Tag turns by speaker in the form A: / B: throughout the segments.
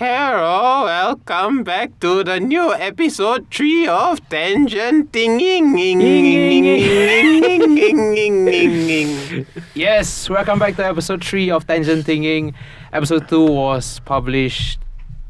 A: Hello, welcome back to the new episode 3 of Tangent Tinging.
B: Yes, welcome back to episode three of Tangent Thinking. Episode two was published.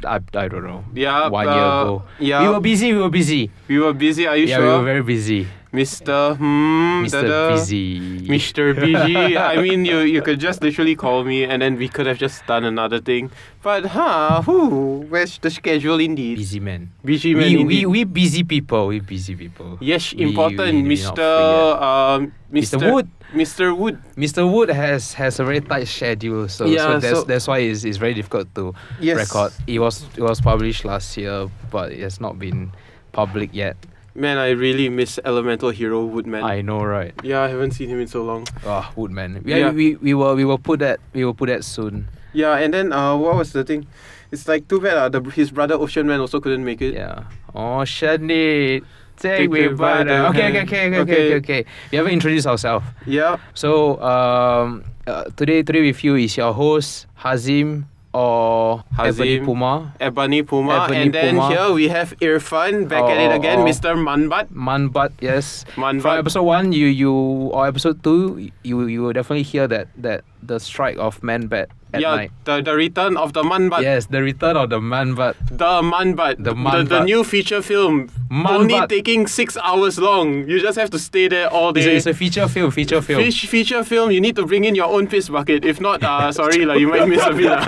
B: I, I don't know.
A: Yeah,
B: one
A: uh,
B: year ago.
A: yeah.
B: we were busy. We were busy.
A: We were busy, are you
B: yeah,
A: sure?
B: we were very busy.
A: Mr. Hmm,
B: Mr.
A: da-da.
B: Busy.
A: Mr. BG. I mean, you you could just literally call me, and then we could have just done another thing. But huh, who? Where's the schedule indeed?
B: busy man.
A: BG man.
B: We,
A: indeed.
B: we we busy people. We busy people.
A: yes,
B: we-
A: important,
B: we
A: Mr.
B: not free
A: Um, Mr.
B: Mr. Wood.
A: Mr. Wood.
B: Mr. Wood has has a very tight schedule, so
A: Yeah,
B: so that's
A: so-
B: that's why it's, it's very difficult to
A: Yes.
B: record. It was it was published last year, but it has not been public yet.
A: Man, I really miss Elemental Hero Woodman.
B: I know, right?
A: yeah, I haven't seen him in so long.
B: Ah, Woodman. We,
A: Yeah.
B: we, we will we will put that we will put that soon.
A: Yeah, and then uh, what was the thing? It's like too bad uh, the, his brother Ocean Man also couldn't make it.
B: Yeah. Oh, Shani, take me by the okay,
A: hand.
B: okay, okay, okay, okay,
A: Okay.
B: okay, okay. We haven't introduced ourselves.
A: Yeah.
B: So um, uh, today today with you is your host Hazim or Ebony
A: Hazim.
B: Puma
A: Ebony Puma,
B: Ebony
A: and then
B: Puma.
A: here we have Irfan back at it
B: Oh,
A: again,
B: oh.
A: Mr. Manbat.
B: Manbat. Yes. From
A: Manbat.
B: episode one, you you or episode two, you you will definitely hear that that the strike of Manbat at
A: Yeah,
B: night.
A: the, the return of the Manbat.
B: yes, the return of the Manbat.
A: The Manbat. The,
B: The Manbat.
A: new feature film. Only
B: Manbat.
A: taking six hours long. You just have to stay there all
B: It's a,
A: day.
B: it's a feature film. Feature film.
A: Fish feature film, you need to bring in your own piss bucket. If not, uh, sorry, like, you might miss a bit. ah.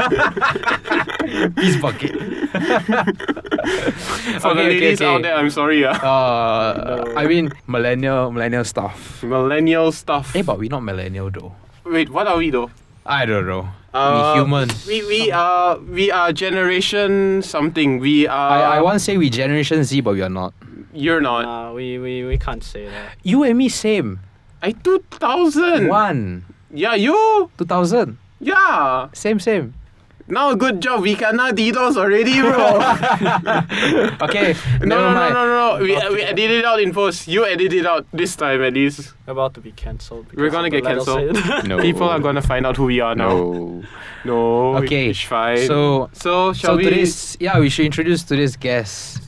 B: Peace bucket.
A: For the ladies out there, I'm sorry. ah.
B: Uh,
A: No.
B: I mean millennial millennial stuff.
A: Millennial stuff.
B: Eh, but we're not millennial though.
A: Wait, what are we though?
B: I don't know.
A: Uh,
B: we human.
A: We we are we are generation something. We are.
B: I, I once say we Generation Z, but we are not.
A: You're not.
C: Uh, we, we, we can't say that.
B: You and me same.
A: I two thousand.
B: One,
A: Yeah, you.
B: two thousand,
A: Yeah.
B: same same.
A: Now good job. We cannot DDoS already, bro.
B: Okay,
A: no,
B: never
A: no, no,
B: mind.
A: no, no. We we edit it out in post. You edit it out this time at least.
C: We're about to be cancelled.
A: We're
C: because
A: gonna
C: of the
A: get
C: let us say
A: cancelled.
C: it.
B: no.
A: People are gonna find out who we are now.
B: no.
A: No.
B: Okay,
A: It's fine.
B: So
A: so shall
B: so
A: we?
B: today's yeah, we should introduce today's guest.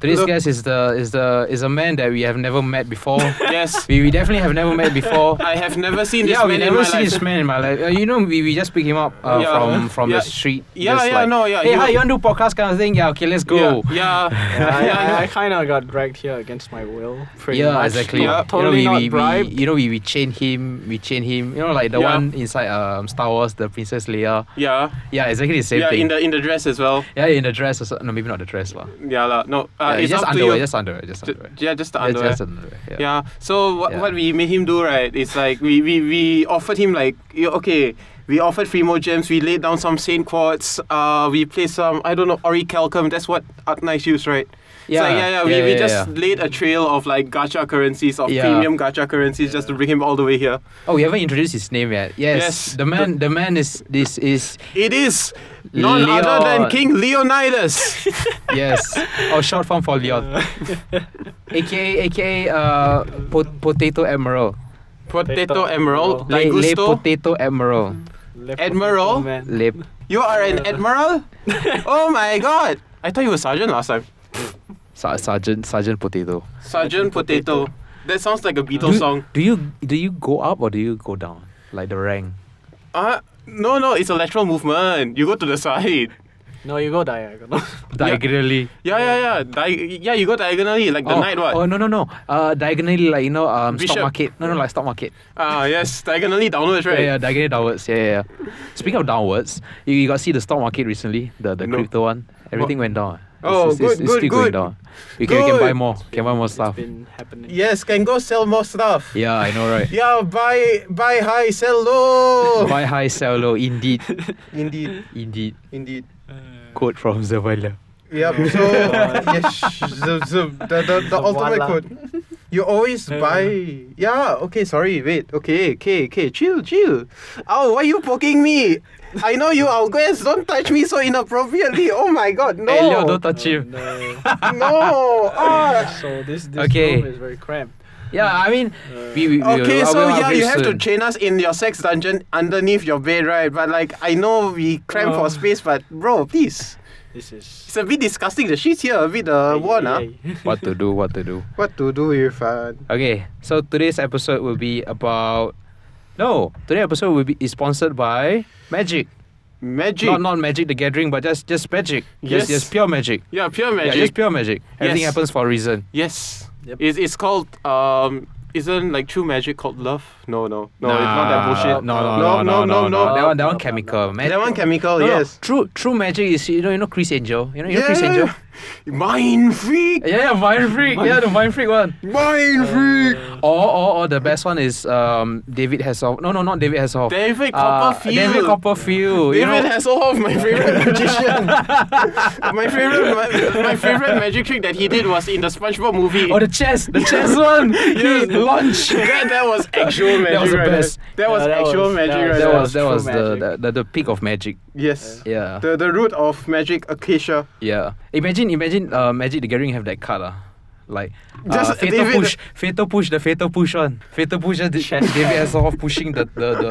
B: Today's
A: Look-
B: guest is the is the is a man that we have never met before.
A: yes.
B: we, we definitely have never met before.
A: I have never seen this
B: yeah, we
A: man in
B: never
A: my
B: seen
A: life.
B: this man in my life. Uh, you know, we, we just pick him up uh,
A: Yeah. uh-huh.
B: from from
A: Yeah.
B: the street.
A: Yeah,
B: just
A: yeah,
B: like,
A: no, yeah.
B: Hey,
A: you-
B: hi, you want to do podcast kind of thing? Yeah, okay, let's go.
A: Yeah, yeah.
C: Yeah, I,
A: Yeah,
C: I, I kind of got dragged here against my will. Pretty
B: Yeah,
C: much.
B: exactly.
C: Not-
A: Yeah.
C: Totally
B: you know, we, we,
C: not bribed.
B: We, you know, we, we chain him, we chain him. You know, like the
A: Yeah.
B: one inside um Star Wars, the Princess Leia.
A: yeah.
B: Yeah, exactly the same
A: yeah,
B: thing.
A: in the in the dress as well.
B: yeah, in the dress or so. No, maybe not the dress lah.
A: Yeah, la, no.
B: Yeah,
A: Uh, it's
B: just
A: up
B: underwear,
A: to you.
B: just underwear, just
A: Ju-
B: underwear.
A: yeah, just the
B: Yeah,
A: underwear.
B: Just underwear. Yeah.
A: yeah. So what
B: Yeah.
A: what we made him do right? It's like we we we offered him like you- okay. We offered three more gems. We laid down some Saint Quartz. Uh, we played some I don't know orichalcum. That's what Arknights use, right? It's like, yeah, yeah. We, we just
B: yeah.
A: laid a trail of like gacha currencies of
B: Yeah.
A: premium gacha currencies just to bring him all the way here.
B: Oh, we haven't introduced his name yet. Yes,
A: Yes,
B: the man, the, man is this is
A: It is none other than
B: Leon.
A: King Leonidas.
B: yes, or short form for Leon, aka aka uh, po- potato emerald,
A: Potato
C: Potato
A: Emerald,
C: Emerald.
B: le, le
A: Lagusto.
B: potato emerald,
C: Lip-
A: Admiral?
C: Man.
B: le
A: You are an admiral? oh my god! I thought you were sergeant last time.
B: Ser- sergeant sergeant potato.
A: Sergeant
C: Sergeant
A: Potato.
C: Potato.
A: That sounds like a Beatles
B: Do-
A: song.
B: Do you do you go up or do you go down like the rank?
A: Uh, no, no, it's a lateral movement. You go to the side.
C: No, you go diagonal.
B: Diagonally.
A: Yeah, yeah, yeah. Di- yeah, you go diagonally, like the
B: oh,
A: knight what?
B: Oh no no no. Uh, diagonally like you know um
A: Bishop.
B: stock market. No no like stock market.
A: Ah, yes, diagonally downwards, right?
B: Yeah, yeah, diagonally downwards. Yeah, yeah. yeah. Speaking of downwards, you, you got see the stock market recently, the, the
A: No.
B: crypto one. Everything went down.
A: Oh,
B: it's,
A: good,
B: it's, it's, it's
A: good,
B: still
A: good.
B: going down. We can, we can buy
A: Good.
B: more. Can buy more
C: It's
B: stuff.
C: been happening.
A: Yes, can go sell more stuff.
B: Yeah, I know, right?
A: Yeah, buy, buy high, sell low.
B: buy high, sell low. Indeed,
A: Oh. indeed,
B: indeed.
A: indeed.
C: Uh,
B: Quote from Zavala.
A: Yep.
C: Yeah.
A: So
C: Yeah.
A: yes, the, the, the, the, the
C: The
A: ultimate
C: voila. Uh,
A: quote. You always
C: Yeah.
A: buy. Yeah. Okay. Sorry. Wait. Okay. Okay. Okay. Chill. Chill. Oh, why you poking me? I know you outguess. Don't touch me so inappropriately. Oh my God. No.
B: Hey, Leo, don't touch
C: oh,
B: him.
C: no.
A: no. Ah.
C: uh, so this, this
B: Okay.
C: room is very cramped. Uh,
B: Yeah, I mean, we, we, we
A: Okay,
B: will-
A: so
B: we will
A: yeah,
B: update
A: you have to
B: soon.
A: chain us in your sex dungeon underneath your bed, right? But like, I know we cram for
C: Oh.
A: space, but bro, please,
C: This is.
A: it's a bit disgusting. The sheets here a bit uh, worn, ah.
B: What to do? What to do?
A: What to do if uh,
B: Okay, so today's episode will be about. No, today's episode will be is sponsored by magic.
A: magic?
B: Not not magic the gathering, but just just magic.
A: Yes.
B: Just just pure magic.
A: yeah, pure
B: Yeah,
A: magic.
B: just pure magic. Everything
A: Yes.
B: happens for a reason.
A: yes,
C: Yep.
A: it's it's called um. Isn't like true magic called love? No, no, no. it's not that bullshit.
B: No, no, no, no, no, no. That one, that one
C: No, no, no.
B: chemical. Mag-
A: That one chemical,
B: No, no,
A: Oh, yes.
B: True, true magic is you know you know Chris Angel. You know you know Chris Angel.
A: Mind freak,
B: Yeah, yeah, mind freak. yeah, the mind freak one.
A: mind
B: Eh,
A: freak.
C: Uh,
B: Or, or, or the best one is um David Hasselhoff. No, no, not David Hasselhoff.
A: David
B: Uh,
A: Copperfield.
B: David Copperfield. you know?
A: David Hasselhoff, my favorite magician. my favorite, my, my favorite magic trick that he did was in the SpongeBob movie.
B: Oh, the chess, the chess one.
A: Yes.
B: launch.
A: that, that was actual magic.
B: That was the
A: right
B: best.
A: there. That was
C: Yeah, that
A: actual
C: was-
A: magic.
C: that
A: right
B: That
A: there.
B: was that
C: true
B: was the,
C: magic.
B: the, the the peak of magic.
A: yes.
B: Yeah,
A: The the root of magic acacia.
B: yeah. Imagine, imagine, uh, Magic the Gathering have that card, uh. like
A: Just
B: uh, fatal
A: David-
B: push, fatal push, the fatal push one, fatal push, the, David Hasselhoff pushing the the the,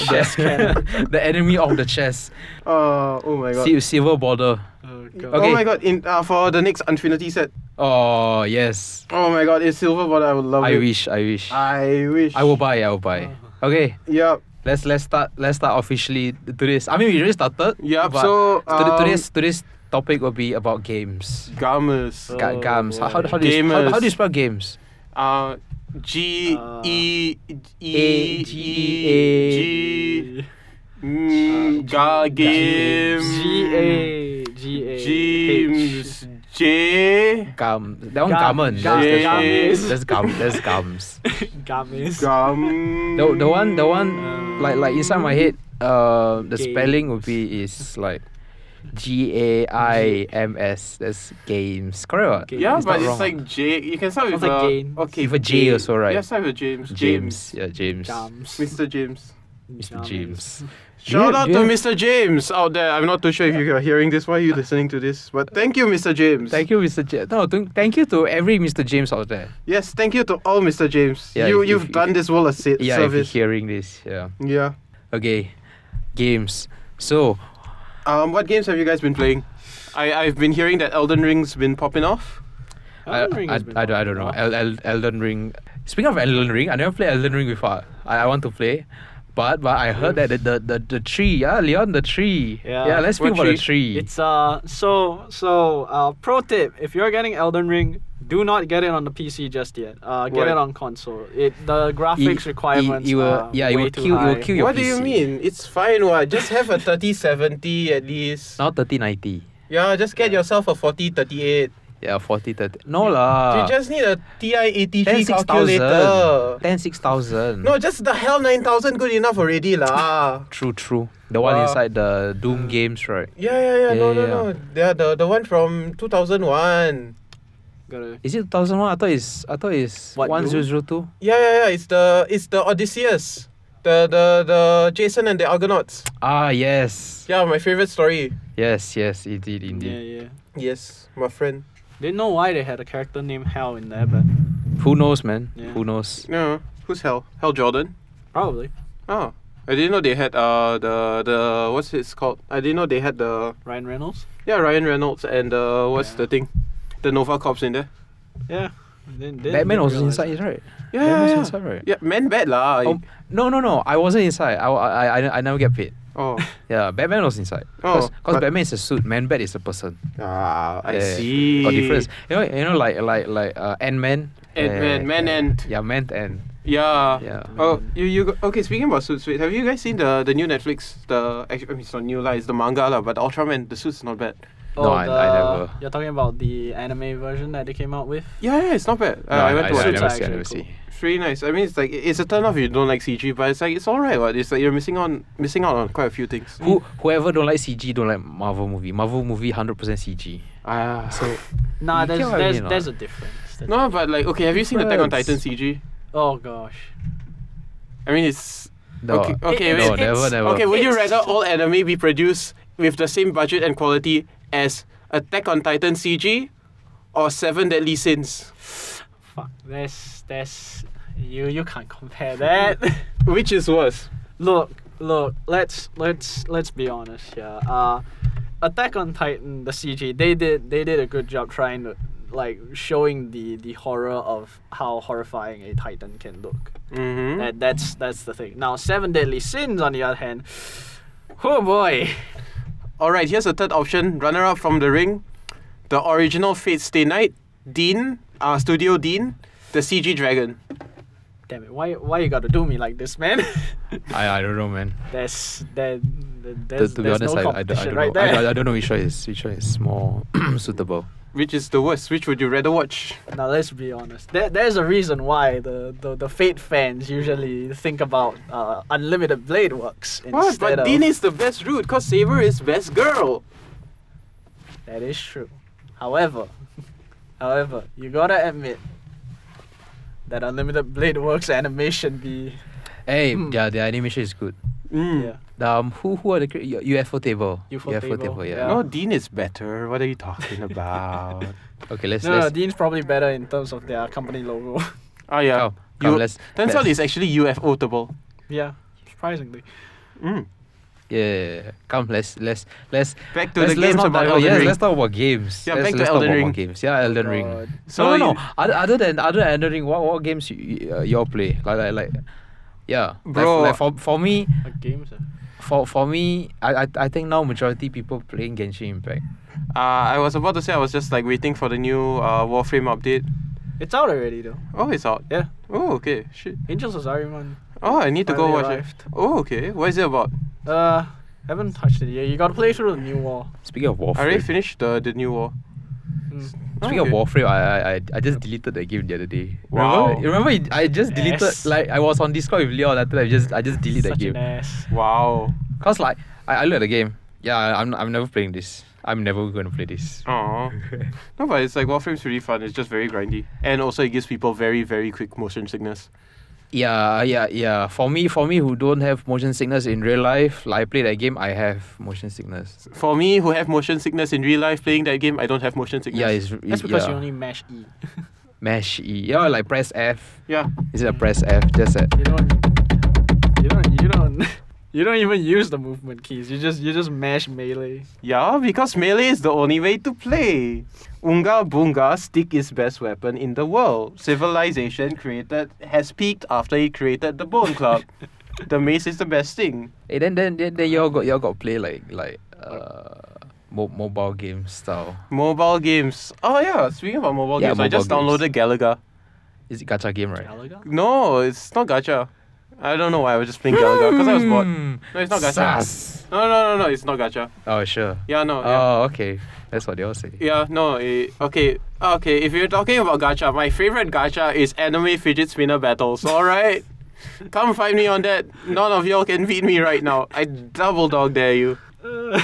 C: Chess
B: the, the enemy of the chess,
A: Uh, oh my god.
B: Sil- silver border.
C: oh, God.
A: Oh
B: Okay.
A: my god! In uh, for the next Infinity set.
B: Oh yes,
A: Oh my god! It's silver, but I would love
B: I
A: it. Ah. Oh.
B: wish, I wish,
A: I wish.
B: I will buy, I will buy. Okay,
A: Yep.
B: let's let's start let's start officially today's. I mean, we already started.
A: Yep.
B: but-
A: So
B: Today-
A: um,
B: today's today's topic will be about games.
A: Gamers.
B: Ga-
C: Oh,
B: games. How, how,
C: boy.
B: how, do you, how,
A: Gamers.
B: how do you spell games?
A: Uh, G
C: Uh,
A: E
B: A-
A: E
B: G-
A: E G. Mm, ga game
C: G A G A
A: James J
B: Gum. That one
C: Gum-
B: garment.
C: gum-
B: That's,
A: games.
B: that's, gum. That's gums.
C: Gamis.
A: gum.
B: the, the one the one like like inside my head. Uh, the spelling would be is like G A I M S. That's games. Correct. What?
C: Games.
A: Yeah,
B: It's
A: but
B: not
A: it's
B: wrong.
A: like J. You can start with
C: Sounds like
A: a-
C: James.
A: Okay,
B: With a J
A: James.
B: also, right?
A: Yeah, start with James.
B: James.
A: James.
B: Yeah, James.
C: Games.
A: Mr. James.
B: Mr. James. Do you
A: Shout
B: have-
A: out
B: do
A: to
B: you have-
A: Mr. James out there. I'm not too sure if you are hearing this. Why are you listening to this? But thank you, Mr. James.
B: Thank you, Mr. J- no, th- thank you to every Mr. James out there.
A: Yes, thank you to all Mr. James.
B: Yeah,
A: you
B: if-
A: you've
B: if-
A: done this world a se-
B: Yeah,
A: service.
B: if you're hearing this, yeah.
A: yeah.
B: Okay, games. So,
A: Um, what games have you guys been playing? I I've been hearing that Elden Ring's been popping off.
B: I,
C: Elden Ring
B: I,
C: has been
B: I, don't- I don't know.
C: popular.
B: El, El, Elden Ring. Speaking of Elden Ring, I never played Elden Ring before. I, I want to play, but but I heard that the the, the, the tree, yeah, Leon, the tree.
C: Yeah.
B: yeah let's speak
A: What
B: about the tree.
C: It's uh so so uh pro tip if you're getting Elden Ring do not get it on the PC just yet. Uh get
A: Why?
C: it on console. It the graphics
B: it-
C: requirements
B: it E, will-
C: are
B: yeah, it
C: way
B: will
C: too
B: kill- it will
C: high.
B: kill your
A: what do you
B: PC.
A: mean? It's fine, what? Just have a 3070 at least.
B: now 3090.
A: Yeah, just get yourself a 4038.
B: Yeah, 4030. No lah.
A: you just need a TI
B: 10
A: ATG
B: 6000.
A: calculator.
B: 10 6000.
A: No, just the hell 9000 good enough already, lah.
B: True, true. The one
A: Wow.
B: inside the Doom games, right?
A: Yeah, yeah, yeah, no,
B: Yeah,
A: no,
B: yeah,
A: no. Yeah, the, the one from 2001.
C: Gotta-
B: Is it 2001? I thought it's I thought it's
C: What, Doom?
B: 1002.
A: Yeah, yeah, yeah. It's the it's the Odysseus. The the the Jason and the Argonauts.
B: Ah, yes.
A: Yeah, my favorite story.
B: Yes, yes, indeed,
C: Yeah,
B: indeed.
C: yeah.
A: Yes, my friend.
C: Didn't know why they had a character named Hell in there, but
B: Who knows, man?
C: Yeah.
B: Who knows?
A: No, who's Hell? Hell Jordan.
C: probably
A: Oh, I didn't know they had uh the the what's it's called? I didn't know they had the
C: Ryan Reynolds.
A: yeah Ryan Reynolds and uh what's
C: Yeah.
A: the thing, the Nova Corps in there.
C: Yeah. Didn't, didn't,
B: Batman
C: didn't
B: was
C: realize
B: inside,
C: it.
B: it, right?
A: Yeah,
B: Batman
A: yeah,
B: was
A: yeah.
B: inside, right?
A: Yeah, man, bad lah. I-
B: Oh, No, no, no. I wasn't inside. I, I, I, I never get paid.
A: oh,
B: Yeah, Batman was inside.
A: oh,
B: Because
A: but-
B: Batman is a suit. Man Bat is a person.
A: Ah, I
B: Yeah, yeah, yeah.
A: see.
B: Got difference. You know, you know, like like like uh, Ant Man.
A: Ant-Man, Man-Ant.
B: Yeah, Man Ant.
A: Yeah.
B: Yeah.
A: Oh, you you go- okay? Speaking about suits, wait, have you guys seen the the new Netflix? The actually, I mean, it's not new lah. It's the manga lah. But Ultraman, the suit's not bad.
B: No, I- I
C: Oh, the-
B: never-
C: You're talking about the anime version that they came out with.
A: Yeah, yeah, it's not bad. Uh,
B: No,
A: I went to
B: I,
A: watch
C: Suits
A: it.
B: never
C: are
B: see. I never
C: actually
B: see.
A: It's really nice. I mean, it's like it's a turn off if you don't like CG, but it's like it's alright. What it's like you're missing on missing out on quite a few things.
B: Who, whoever don't like CG don't like Marvel movie. Marvel movie hundred percent CG.
A: Ah,
B: So
C: Nah,
B: You get
C: there's
B: what I
C: there's
B: mean or
C: there's a
B: not?
C: difference. There's-
A: no, but like okay, have you seen Attack on Titan
B: Difference.
A: CG?
C: Oh gosh.
A: I mean, it's
B: no,
A: okay. Okay,
C: It-
A: wait.
B: no, never,
C: it's-
B: never.
A: Okay, would you
C: It's-
A: rather all anime be produced with the same budget and quality as Attack on Titan CG or Seven Deadly Sins?
C: fuck. That's that's you you can't compare that.
A: Which is worse?
C: look, look. Let's let's let's be honest here. Uh, Attack on Titan, the CG, they did they did a good job trying to like showing the the horror of how horrifying a Titan can look.
B: Hmm?
A: Mm-hmm.
C: That that's that's the thing. Now, Seven Deadly Sins, on the other hand, oh boy.
A: All right, here's a third option. Runner up from the ring, the original Fate Stay Night, Dean, uh, Studio Dean, the CG Dragon.
C: Damn it! Why why you gotta do me like this, man?
B: I, I don't know, man.
C: there's there, there-
B: To,
C: there's,
B: to be
C: there's
B: honest,
C: no
B: I, I, don't, I
C: competition
B: don't
C: right
B: know.
C: there.
B: I, I don't know which one is which one is more suitable.
A: Which is the worst? Which would you rather watch?
C: Now let's be honest. There, there's a reason why the, the, the Fate fans usually think about uh, Unlimited Blade Works
A: What?
C: instead
A: But
C: of
A: Dean is the best route, cause Saber is best girl.
C: that is true. However, however, you gotta admit that Unlimited Blade Works animation be
B: Hey,
C: Hmm.
B: yeah, the animation is good.
A: Mm.
C: yeah.
B: Um, who who are the cre- U- UFO table?
C: UFO table,
B: yeah.
C: yeah.
A: No, Dean is better. What are you talking about?
B: Okay, let's
C: No, no,
B: let's
C: Dean's probably better in terms of their company logo.
A: oh yeah.
B: come, come
A: You-
B: let's.
A: Turns out
B: let's-
A: it's actually UFO-table.
C: yeah, surprisingly.
A: Mm.
B: yeah, yeah, yeah. Come, let's let's let's
A: Back to
B: let's,
A: the
B: let's
A: games
B: not
A: about
B: talk- oh,
A: Elden
B: yes,
A: Ring.
B: let's talk about games.
A: Yeah,
B: let's,
A: back to
B: let's
A: Elden
B: talk about
A: Ring.
B: games. Yeah, Elden Ring.
C: God.
A: So
B: no, no, no.
A: you-
B: Other, other than other than Elden Ring, what what games you, you, uh, you all play? Like like like, yeah. Like,
A: Bro.
B: like, for for me,
C: Like games. eh?
B: for for me, I I, I think now majority people playing Genshin Impact.
A: Uh, I was about to say I was just like waiting for the new uh, Warframe update.
C: It's out already though.
A: Oh, it's out.
C: Yeah.
A: Oh, okay. Shit.
C: Angels of Zarimon.
A: Oh, I need to go
C: Finally
A: watch
C: arrived.
A: it. Oh, okay. What is it about?
C: Uh, haven't touched it yet. You gotta play through the new war.
B: Speaking of Warframe,
A: I already finished the, the new war.
C: Mm.
B: Speaking
A: Oh, okay.
B: of Warframe, I, I I I just deleted the game the other day.
A: Wow.
B: Remember, remember it- I just deleted
C: Yes.
B: like I was on Discord with Leon. After that, I just I just deleted that
C: Such
B: game.
C: an ass.
A: Wow.
B: Cause like I, I looked at the game. Yeah, I- I'm I'm never playing this. I'm never gonna play this.
A: Aw. no, but it's like Warframe's really fun. It's just very grindy. And also, it gives people very, very quick motion sickness.
B: Yeah, yeah, yeah. For me, for me who don't have motion sickness in real life, like I play that game, I have motion sickness.
A: For me, who have motion sickness in real life playing that game, I don't have motion sickness.
B: Yeah, it's
C: That's because
B: yeah.
C: you only mash E.
B: mash E. Yeah, like press F.
A: Yeah.
B: Is it a press F? Just that.
C: You don't. You don't. You don't. You don't even use the movement keys. You just you just mash melee.
A: Yeah, because melee is the only way to play. Unga Bunga stick is best weapon in the world. Civilization created has peaked after he created the Bone Club. the mace is the best thing.
B: Hey, then then then, then y'all got y'all got play like like uh mo- mobile game style.
A: Mobile games. Oh yeah, speaking about mobile
B: Yeah,
A: games, I
B: mobile
A: just
B: games.
A: downloaded Galaga.
B: Is it gacha game right?
C: Galaga?
A: No, it's not gacha. I don't know why I was just playing Galaga because I was bored.
B: Hmm.
A: No, it's not gacha.
B: Sus.
A: No, no, no, no, it's not gacha.
B: Oh sure.
A: Yeah, no. Yeah.
B: Oh okay. That's what they all say.
A: Yeah, no, eh, okay, okay. If you're talking about gacha, my favorite gacha is anime fidget spinner battles. All right, come find me on that. None of y'all can beat me right now. I double dog dare you.
C: Uh,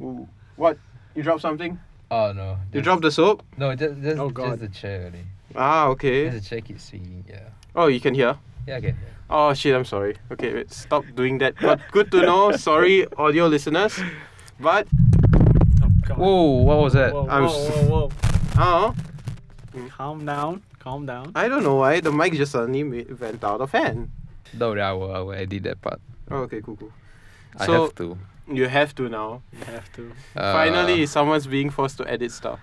A: Ooh, What? You dropped something?
B: Oh no.
A: You dropped the soap?
B: No, just just,
C: Oh, God.
B: just the chair only.
A: Ah, okay.
B: Just the chair keeps swinging. Yeah.
A: Oh, you can hear.
B: Yeah, okay.
A: Oh shit, I'm sorry. Okay, wait, stop doing that. But good to know. Sorry, audio listeners. But
C: oh God.
B: Whoa, what was that?
C: Whoa,
A: I'm
C: whoa,
A: s-
C: whoa, whoa.
A: oh,
C: Calm down. Calm down.
A: I don't know why the mic just suddenly ma- went out of hand.
B: No, I will, I will edit that part.
A: Oh, okay, cool, cool.
B: I
A: So-
B: have to.
A: You have to now.
C: You have to.
B: Uh,
A: Finally, someone's being forced to edit stuff.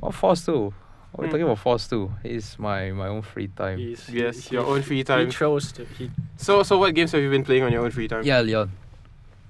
B: What Force 2? What we're
A: Hmm.
B: talking about Force 2. It's my, my own free time.
C: He's,
A: Yes,
C: he-
A: your
C: he-
A: own free time.
C: He chose to. He.
A: So, so what games have you been playing on your own free time?
B: Yeah, Leon.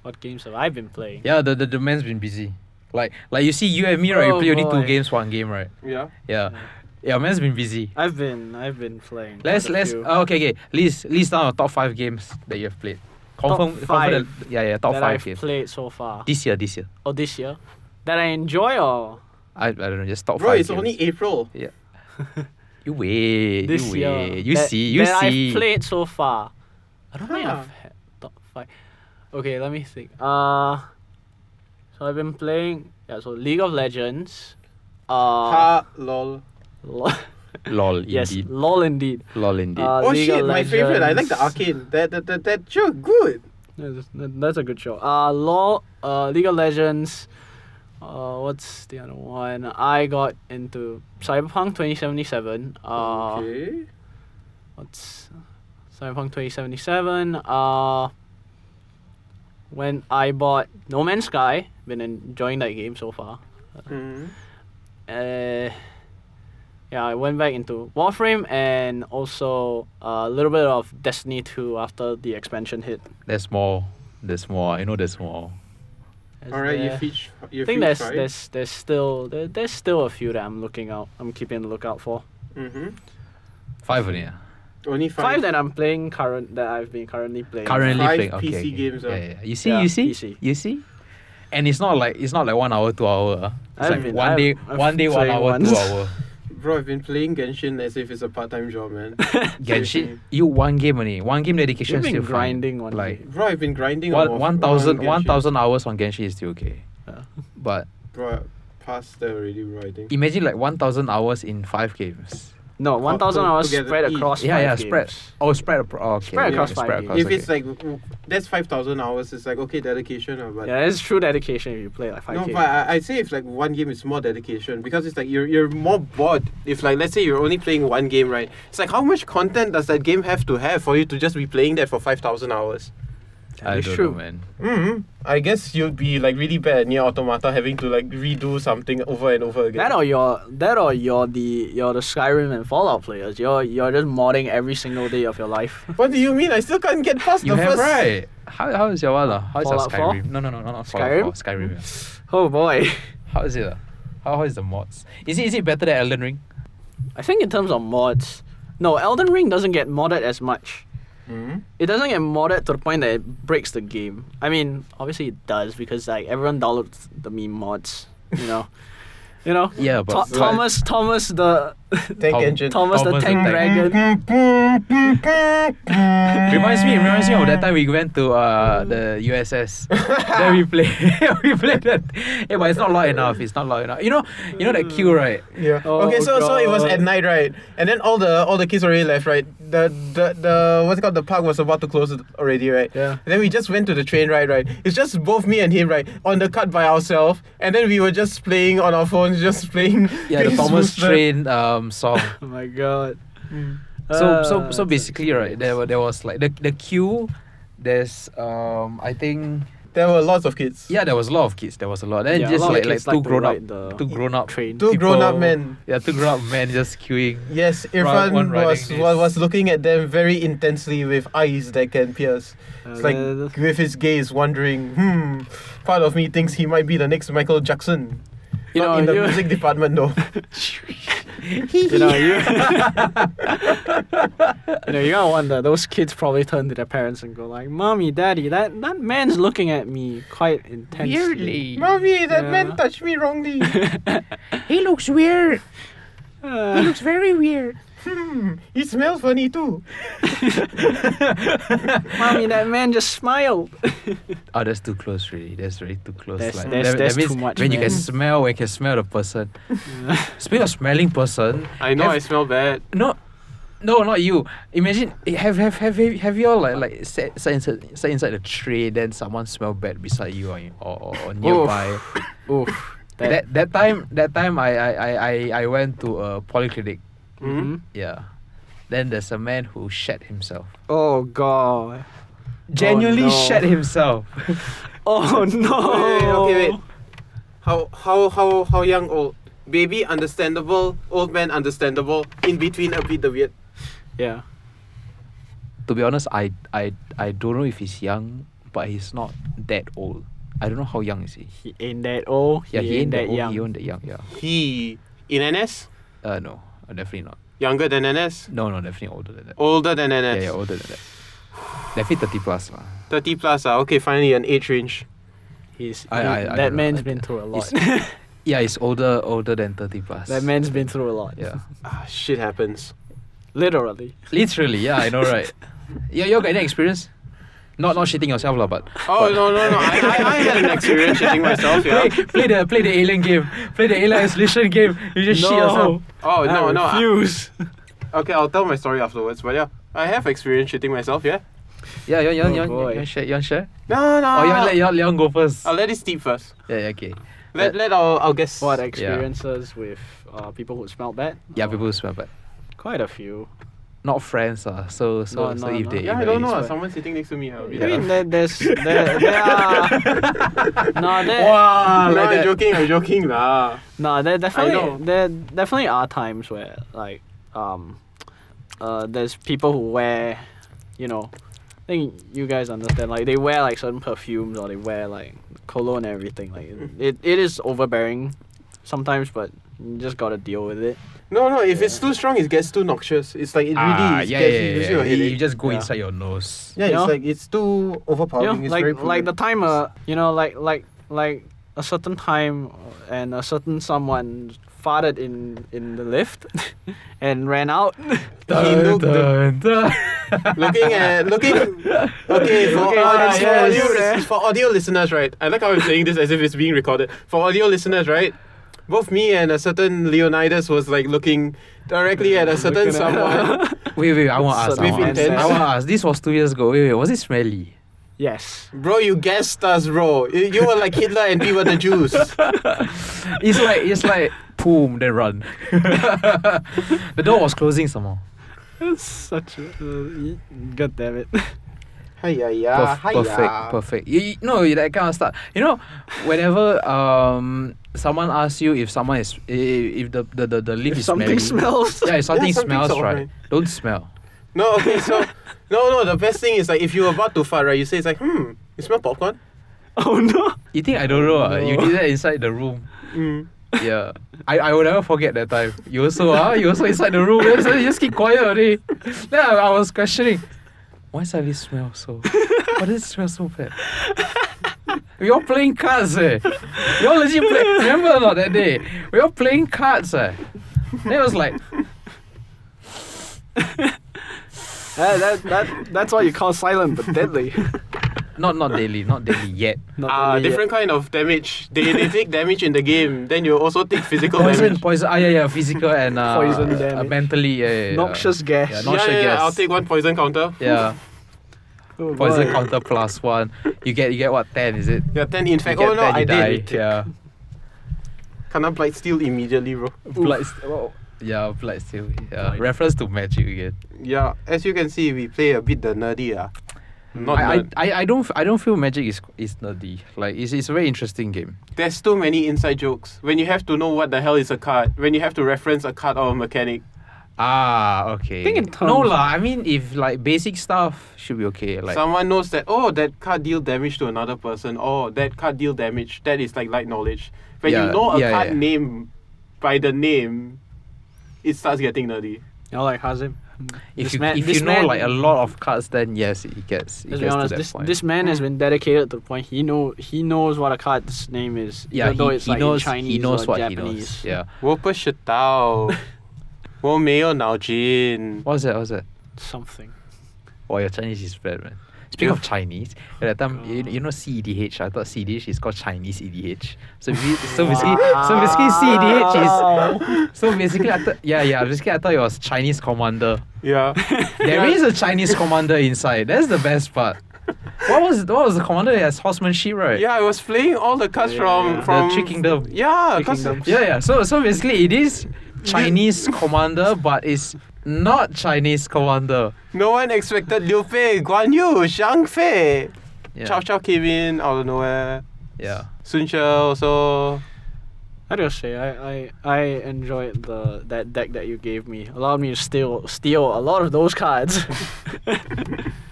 C: What games have I been playing?
B: Yeah, the, the, the man's been busy. Like like you see you and me right,
C: Oh,
B: you play only
C: boy.
B: two games, one game, right?
A: Yeah.
B: Yeah.
C: Yeah.
B: Yeah, man's been busy.
C: I've been. I've been playing.
B: Let's
C: quite a
B: let's
C: few
B: oh, okay okay. List list down your top five games that you have played. Confirm, confirm
C: five
B: the, yeah yeah top
C: that
B: 5
C: I've
B: games.
C: played so far.
B: This year this year.
C: Or this year, that I enjoy or
B: I, I don't know just top
A: Bro,
B: five.
A: it's
B: games.
A: only April.
B: you wait
C: this
B: Eh, you
C: year.
B: wait you
C: that-
B: see you
C: that
B: see.
C: I've played so far. I don't think
A: Huh.
C: I've had top five. Okay, let me think. Uh, so I've been playing. Yeah, so League of Legends. Uh,
A: Ha lol.
C: lol,
B: Lol
C: yes,
B: indeed.
C: lol indeed.
B: Lol indeed.
C: Uh,
A: oh
C: League of
A: shit, my favorite. I like the
C: Legends.
A: arcane. That that that, that show good.
C: That's, that's a good show. Uh, lol. Uh, League of Legends. Uh, what's the other one? I got into Cyberpunk 2077. Uh,
A: okay.
C: What's Cyberpunk 2077? Uh, when I bought No Man's Sky, been enjoying that game so far.
A: Mm.
C: Uh, yeah, I went back into Warframe and also uh, a little bit of Destiny 2 after the expansion hit.
B: There's more. There's more. I know there's more.
C: Is
A: All right,
C: there-
A: you've each.
C: I
A: You've
C: think there's there's there's still there, there's still a few that I'm looking out. I'm keeping the lookout for.
A: hmm
B: Five only. ah?
A: Only
C: Five, that I'm playing current that I've been currently playing.
B: Currently
A: Five
B: playing. Okay,
A: PC
B: okay.
A: games, ah.
B: Yeah, yeah, yeah. You see,
C: uh. Yeah,
B: you see,
C: PC.
B: you see. And it's not like it's not like one hour, two hour. ah. It's
C: I've
B: like
C: been-
B: one
C: I've-
B: day,
C: I've
B: one day, one
C: played
B: hour, two
C: once.
B: hour.
A: Bro, I've been playing Genshin as if it's a part-time job, man.
B: Genshin, you one game only, one game dedication
C: You've
B: is still
C: been
B: fine.
C: grinding one
B: like
C: game.
A: Bro, I've been grinding
B: one-
A: on
B: 1,000
A: Genshin.
B: 1,000 hours on Genshin is still okay.
C: Yeah.
B: But
A: Bro, past that already, bro. I think.
B: imagine like one thousand hours in five games.
C: No, one thousand
A: to-
C: hours
A: together
C: spread
A: each.
C: across.
B: yeah,
C: five
B: yeah,
C: games.
B: spread. Oh, spread. apro- oh, okay.
C: Spread
A: across
C: five
B: spread
C: games.
B: across.
A: if
B: okay.
A: it's like w- that's five thousand hours, it's like okay, dedication, ah, but.
C: Yeah, it's true dedication if you play like five
A: No,
C: games.
A: but I, I say if like one game is more dedication because it's like you're you're more bored if like let's say you're only playing one game right. It's like how much content does that game have to have for you to just be playing that for five thousand hours?
B: I
C: it's
B: don't
C: true.
B: know, man. Mm-hmm.
A: hmm I guess you'd be like really bad at Nier Automata having to like redo something over and over again.
C: That or you're that or you're the you're the Skyrim and Fallout players. You're you're just modding every single day of your life.
A: What do you mean? I still can't get past
B: You
A: the
B: have
A: first.
B: right. How, how is your one? ah? How is your
C: Fallout 4?
B: Skyrim? No, no, no, no, not Fallout 4. Skyrim. yeah.
C: Oh boy.
B: How is it? ah? How, how is the mods? Is it is it better than Elden Ring?
C: I think in terms of mods, no, Elden Ring doesn't get modded as much.
A: hmm
C: It doesn't get modded to the point that it breaks the game. I mean, obviously it does because like everyone downloads the meme mods, you know. You know?
B: Yeah, but-
C: Tho- Thomas Thomas the
A: Tank
B: Tom-
A: engine.
C: Thomas the
B: Thomas the
C: Tank
B: Tank-
C: Dragon.
B: Reminds me, reminds me of that time we went to uh the USS. then we play, we played that. Yeah, but it's not loud enough. It's not loud enough. You know, you know that queue, right?
A: Yeah.
C: Oh,
A: okay, so so it was
C: God.
A: at night, right? And then all the all the kids already left, right? The the the what's it called the park was about to close already, right?
C: Yeah.
A: And then we just went to the train ride, right? It's just both me and him, right, on the cart by ourselves. And then we were just playing on our phones, just playing.
B: Yeah, the
A: playing
B: Thomas
A: Smooth
B: Train um song.
C: Oh my god.
B: So so
C: Ah,
B: so
C: that's
B: basically, right? There were there was like the the queue. There's um I think
A: There were lots of kids.
B: yeah there was a lot of kids. There was a lot. Then
C: Yeah, a
B: just
C: lot
B: like
C: of
B: like
C: kids
B: two
C: like to
B: grown up
C: ride the
B: two grown up
C: train.
A: Two grown up
B: people-
A: men.
B: Yeah, two grown up men just queuing.
A: Yes,
B: Right,
A: Irfan
B: one riding
A: was,
B: this.
A: was was looking at them very intensely with eyes that can pierce. It's like
C: Uh,
A: with his gaze wondering, hmm, part of me thinks he might be the next Michael Jackson.
C: You
A: Not
C: know,
A: in the
C: you-
A: music department though.
C: you know, you, you know, you gotta wonder. Those kids probably turn to their parents and go like, "Mommy, Daddy, that that man's looking at me quite intensely."
B: Weirdly,
A: Mommy, that man
C: Yeah.
A: touched me wrongly.
B: he looks weird. He
C: Uh,
B: looks very weird.
A: hmm, he smells funny too.
C: mommy, that man just smiled.
B: Oh, that's too close, really. That's really too close.
C: That's-
B: like,
C: that's-
B: that,
C: that's
B: that means
C: too much,
B: When you
C: man.
B: can smell, when you can smell the person.
C: Hmm?
B: Speaking of smelling person,
A: I
B: know, I
A: smell bad.
B: no, no, not you. Imagine eh, have have have have, have you all like like sat, sat inside sat inside the tray, then someone smell bad beside you or or, or, or nearby.
C: Oof.
B: that, that time that time I I, I, I I went to a polyclinic.
C: Mhm.
B: Yeah. Then there's a man who shed himself.
C: Oh god.
B: Genuinely
C: no.
B: shed himself.
C: Oh no.
A: Wait, okay, wait. How how how how young old? Baby understandable, old man understandable. In between a bit the weird.
C: Yeah.
B: to be honest, I I I don't know if he's young, but he's not that old. I don't know how young is he.
C: He ain't that old. He,
B: Yeah, he ain't that old.
C: young.
B: He ain't that young. Yeah.
A: He in NS,
B: Uh, no, uh, definitely not.
A: younger than NS,
B: No, no, definitely older than that.
A: older than
B: Yeah,
A: NS.
B: yeah, older than that. Definitely thirty plus lah.
A: 30 plus ah, okay, finally an age range.
C: He's
B: I-
C: he-
B: I- I don't
C: that
B: know.
C: man's
B: I-
C: been through a lot.
B: Yeah, he's older, older than thirty plus.
C: that man's been through a lot.
B: Yeah.
A: Ah, shit happens.
C: Literally.
B: Literally, yeah, I know, right? yeah, you all got any experience? Not not shitting yourself lah, but
A: Oh, no, no, no. I, I, I had an experience shitting myself, yeah.
B: play, play the play the alien game, play the alien isolation game. You just shit yourself.
A: Oh, no,
C: I
A: no. I-
C: Refuse.
A: okay, I'll tell my story afterwards, but yeah. I have experience shitting myself, yeah.
B: Yeah, you want
C: Oh,
B: you want you
C: boy.
B: want share Oh, you want share.
A: No, no. Uh,
B: Or you want let you want Leon go first.
A: I'll let it steep first.
B: Yeah, yeah, okay.
A: Let, let our, our guests.
C: What experiences with uh, people who smell bad?
B: Yeah,
C: Uh,
B: people who smell bad.
C: Quite a few.
B: Not friends, uh, so so,
C: No,
B: so
C: no,
B: if
C: no.
B: they
A: yeah, I
B: if
A: don't
B: they
A: know. ah,
B: smell-
A: Someone sitting next to me. ah, we-
B: Yeah.
C: I mean, there, there's there, there are no there
A: Wow, no,
B: like
A: I'm
B: that.
A: joking. I'm joking lah.
C: no
A: know.
C: there definitely there definitely are times where like um uh there's people who wear you know I think you guys understand like they wear like certain perfumes or they wear like cologne and everything like it it is overbearing sometimes but you just gotta deal with it.
A: No, no. If it's too strong, it gets too noxious. It's like it really
B: Ah,
A: is
B: yeah,
A: gets,
B: yeah,
A: it
B: yeah,
A: gives
B: yeah.
A: you a
B: You-
A: headache.
B: You just go
C: Yeah.
B: inside your nose.
A: Yeah,
C: You
A: it's
C: know?
A: like it's too
C: you
A: overpowering.
C: know,
A: it's
C: like
A: very
C: like the
A: polluting.
C: time uh you know like like like a certain time uh, and a certain someone farted in in the lift and ran out
A: He looked the- looking at looking. Okay, for,
C: Okay,
A: audio,
C: ah,
A: for,
C: yes.
A: audio,
C: Yeah.
A: lis- for audio listeners, right? I like how I'm saying this as if it's being recorded. For audio listeners, right? Both me and a certain Leonidas was like looking directly at a certain
C: Looking at-
A: someone.
B: Wait, wait, I want to ask. I
A: With
B: want to
A: intent.
B: ask. I want to ask. This was two years ago. Wait, wait, was it smelly?
C: yes
A: bro, you guessed us, bro. You you were like Hitler and we were the Jews.
B: It's like it's like boom, then run. the door was closing somehow.
C: such a uh, god damn it
A: Hiya,
B: Perf- perfect, perfect. You, you, no, you- that kind of stuff. You know, whenever um someone asks you if someone is i- i- if the the the, the leaf
C: if
B: is
C: something
B: smelly,
C: smells
B: yeah, if something
A: Yeah, something
B: smells
A: smells,
B: right, don't smell.
A: No, okay, so no, no. The best thing is like if you're about to fart, right? You say it's like, hmm, you smell popcorn.
C: oh no
B: You think I don't know? ah? You
C: No.
B: did that inside the room.
A: Mm.
B: Yeah, I, I will never forget that time. You also ah, you also inside the room. Then suddenly you just keep quiet already. Then I, I was questioning, why suddenly smell so? Why does it smell so bad? We all playing cards eh. We all legit play. Remember or not that day? We all playing cards eh. Then it was like,
C: that, that, that that's what you call silent but deadly
B: not not daily, not daily yet.
C: Not
A: Ah,
C: deadly yet.
A: different kind of damage. They they take damage in the game. Then you also take physical
B: Poison,
A: damage.
B: poison. Ah yeah yeah, physical and uh,
C: Poison
B: uh,
C: damage.
B: mentally yeah, yeah, yeah.
C: noxious gas
B: Yeah,
A: yeah,
B: noxious
A: yeah, yeah,
B: gas.
A: I'll take one poison counter.
B: Yeah,
C: Oh,
B: poison
C: boy.
B: counter plus one. You get you get what ten is it?
A: Yeah, ten infect.
B: You
A: Oh
B: get
A: no,
B: 10,
A: I
B: you
A: did.
B: die. Yeah.
A: Can I blight steal immediately, bro?
B: Blood st- yeah, blood still. Yeah. Reference to magic again.
A: Yeah, as you can see, we play a bit the nerdy. ah. Not
B: I, I,
A: nerd.
B: I, I don't f- I don't feel magic is is nerdy. Like it's, it's a very interesting game.
A: There's too many inside jokes. When you have to know what the hell is a card, when you have to reference a card or a mechanic.
B: Ah, okay.
C: Think in
B: no
C: terms-
B: lah. I mean, if like basic stuff should be okay. Like
A: Someone knows that, oh, that card deal damage to another person, oh, that card deal damage. That is like light knowledge. When
B: Yeah,
A: you know a
B: yeah,
A: card
B: yeah.
A: name by the name, it starts getting nerdy.
C: you know, like Hazim
B: if
C: this
B: you
C: man-
B: if
C: this
B: you know
C: man-
B: like a lot of cards, then yes, it gets. It gets
C: Let's be
B: to
C: honest,
B: that
C: this,
B: point.
C: this man has been dedicated to the point he know he knows what a card's name is,
B: yeah,
C: even though
B: he,
C: it's
B: he
C: like in
B: knows
C: Chinese
B: he knows
C: or
B: what
C: Japanese.
B: he knows. Yeah.
A: 我不知道，我没有脑筋。
B: What was that? What was that?
C: something.
B: Oh, your Chinese is bad, man. Speaking of Chinese, at that time you,
C: Oh God.
B: you know CEDH. I thought CEDH is called Chinese EDH. So we- so basically, so basically CEDH is So basically, I thought yeah, yeah. Basically, I thought it was Chinese commander.
A: Yeah.
B: There is a Chinese commander inside. That's the best part. What was what was the commander that has horsemanship, right?
A: Yeah, I was playing all the cards
C: Yeah,
A: from
C: yeah. The
A: from
B: Three Kingdom.
A: Yeah,
C: Three
A: 'cause-
C: Kingdoms.
B: yeah, yeah. So so basically, it is Chinese commander, but it's not Chinese commander.
A: no one expected Liu Bei, Guan Yu, Zhang Fei.
B: Yeah,
A: Chao Chao came in out of nowhere.
B: yeah.
A: Sun Che also.
C: I just say I, I I enjoyed the that deck that you gave me. Allowed me to steal steal a lot of those cards.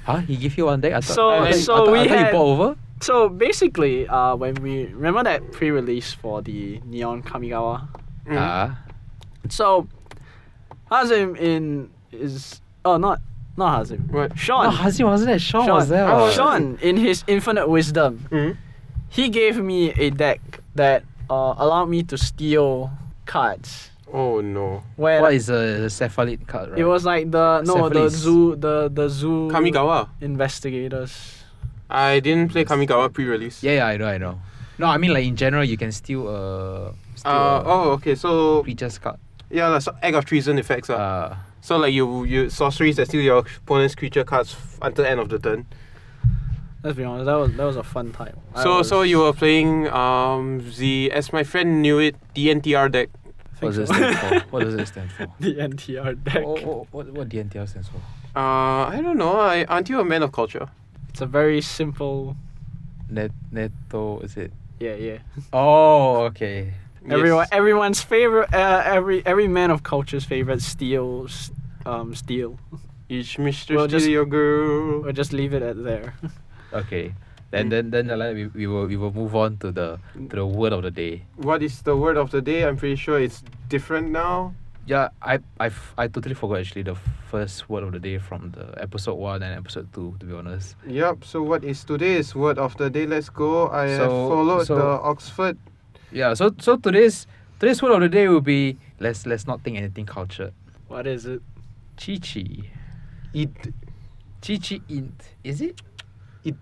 B: Huh? He give you one deck. I thought.
C: So-
B: I thought, you-
C: so
B: I thought,
C: we
B: I thought you
C: had-
B: bought over.
C: so basically, uh, when we remember that pre-release for the Neon Kamigawa,
A: Mm.
B: Ah,
C: so Hazim in is oh not not Hazim.
A: What?
C: Sean.
B: no, Hazim wasn't there. Sean, was there.
A: I
B: what?
A: was-
C: Sean in his infinite wisdom
A: Mm.
C: he gave me a deck that uh, allowed me to steal cards.
A: Oh no.
C: Where
B: What is a cephalid card? Right?
C: it was like the no the
B: Cephalese.
C: zoo the the zoo
A: Kamigawa.
C: investigators.
A: I didn't play Kamigawa pre-release.
B: Yeah, yeah. I know. I know. No, I mean like in general, you can steal a. Steal
A: Uh,
B: a-
A: oh, okay. So
B: creatures card.
A: yeah, like, so act of treason effects. Uh.
B: Uh,
A: So like you you sorceries that steal your opponent's creature cards f- until end of the turn.
C: Let's be honest, that was that was a fun time. I
A: So,
C: was-
A: so you were playing um the as my friend knew it DNTR deck.
B: What does it stand for? What does it stand for?
C: the NTR deck.
B: What,
A: Oh.
B: what, what, what DNTR stands for?
A: Uh, I don't know. I, aren't you a man of culture?
C: It's a very simple.
B: Net, netto, is it?
C: Yeah, yeah.
B: Oh, okay.
C: Everyone,
A: Yes.
C: everyone's favorite. Uh, every every man of culture's favorite steel. s- Um, steel.
A: Each Mr.
C: Well,
A: Well,
C: just-
A: Studio Girl.
C: We'll just leave it at there.
B: Okay. Then
A: Mm.
B: then then Jalan, we, we will we will move on to the to the word of the day.
A: What is the word of the day? I'm pretty sure it's different now.
B: Yeah, I I f- I totally forgot actually the first word of the day from the episode one and episode two. To be honest,
A: Yep. So what is today's word of the day? Let's go. I have
B: So-
A: followed
B: so-
A: the Oxford.
B: yeah. So so today's today's word of the day will be let's let's not think anything cultured.
C: What is it?
B: Chi chi
A: It.
B: chi chi int is it
A: It.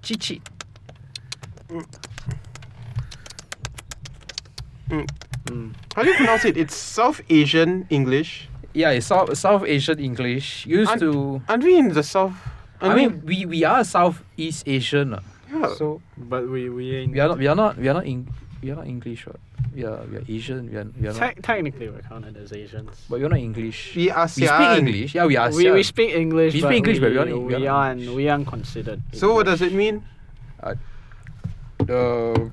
B: chi chi?
C: Mm.
A: How do you pronounce it? It's South Asian English.
B: Yeah, it's South South Asian English used
A: Aren't-
B: to.
A: Aren't we in the South?
B: I mean, we we are Southeast Asian. uh,
A: yeah.
B: So
C: But we we ain't.
B: we are not we are not we are not in we are not English. Right? We are we are Asian. We are we are not,
C: Te- technically, we're counted as Asians.
B: but we are not English.
A: we are
B: We speak
A: Sian.
B: English. Yeah, we are.
C: we, we
B: Sian.
C: speak English.
B: We speak English, but we aren't- we
C: we
B: aren't
C: aren't,
B: English.
C: we aren't considered.
A: So what does
C: English.
A: it mean?
B: the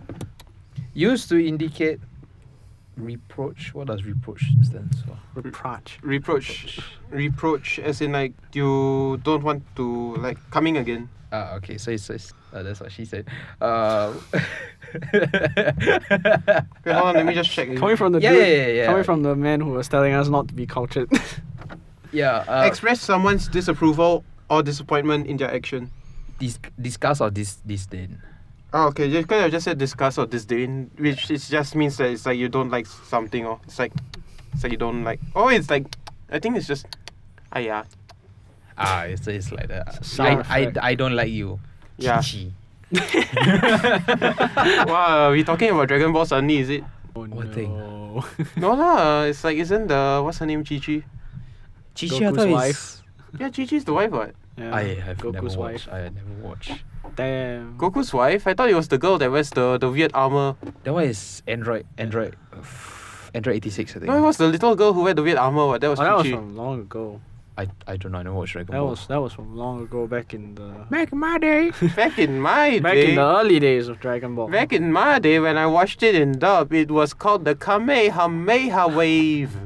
B: used to indicate reproach. What does reproach stands for?
C: Reproach.
A: Reproach. Reproach, as in like you don't want to like coming again.
B: Ah, okay. So it's, it's uh, that's what she said. Uh,
A: Wait, hold on. Let me just check.
C: Coming from the
B: Yeah,
C: dude,
B: yeah, yeah, yeah.
C: Coming from the man who was telling us not to be cultured.
B: yeah. Uh,
A: Express someone's disapproval or disappointment in their action.
B: dis- discuss or dis disdain.
A: Oh, okay. You could have just said disgust or disdain, which it just means that it's like you don't like something, or it's like, it's like you don't like. Oh, it's like, I think it's just, ah yeah,
B: Ah, it's, it's like that.
C: Sound
B: I, I,
C: effect.
B: I don't like you.
A: yeah.
B: Chi-chi.
A: wow, we talking about Dragon Ball suddenly, is it?
C: oh,
B: What thing?
C: no.
A: No lah. It's like isn't the what's her name Chi Chi?
B: Chi-chi, I
C: Goku's
B: thought
C: wife.
B: it's-
A: Yeah, Chi Chi's the wife, what?
C: Yeah.
B: I have
C: Goku's
B: never watched.
C: wife.
B: I never watched.
C: Damn.
A: Goku's wife? I thought it was the girl that wears the the weird armor.
B: That one is Android. Android. f- Android eighty six. I think.
A: No, it was the little girl who wear the weird armor. What? That
C: Oh,
A: was
C: that was
A: Chi Chi.
C: from long ago.
B: I I don't know. I never watched Dragon
C: That
B: Ball.
C: was that was from long ago back in the
B: Back in my day.
A: Back in my
C: back
A: day.
C: in the early days of Dragon Ball.
A: Back in my day when I watched it in dub, it was called the Kamehameha Wave.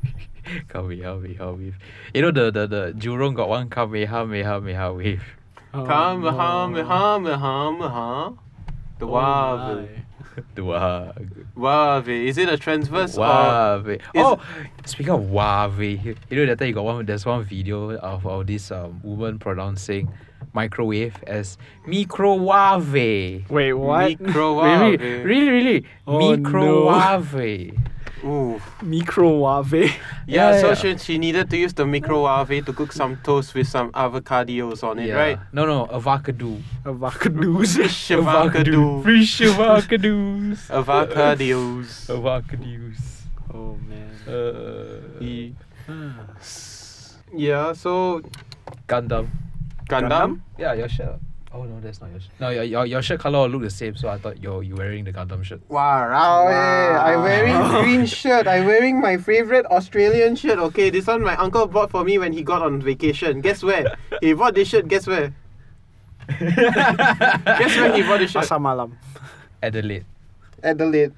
B: Kamehameha wave. You know the the the Jurong got one Kamehameha wave.
C: oh,
A: Kamehameha. The
C: no.
A: wave.
B: Dua.
A: Wave. Is it a transverse or uh,
B: Wave.
A: is-
B: Oh, speaking of wave, you know that time you got one. There's one video of of this um, woman pronouncing microwave as microwave.
C: Wait, what?
A: microwave?
B: Really, really, really.
C: Oh, no.
B: microwave.
A: Ooh.
C: Microwave.
A: Yeah,
B: Yeah,
A: so
B: yeah.
A: She, she needed to use the microwave to cook some toast with some avocados on it, right?
B: No, no, avocado.
C: Avocados.
A: Avocado. Uh,
B: Fish avocados.
A: Avocados.
B: Oh. Avocados.
C: oh man.
B: Uh,
A: Yeah, so
B: Gundam.
A: Gundam?
B: Yeah, your shirt. Oh no, that's not your shirt. No, your your, your shirt color look the same, so I thought you're you wearing the Gundam shirt.
A: Wow, eh. I wearing green shirt. I wearing my favorite Australian shirt. Okay, this one my uncle bought for me when he got on vacation. Guess where? he bought this shirt. Guess where? Guess where he bought this shirt?
C: Pasar malam.
B: Adelaide.
A: Adelaide.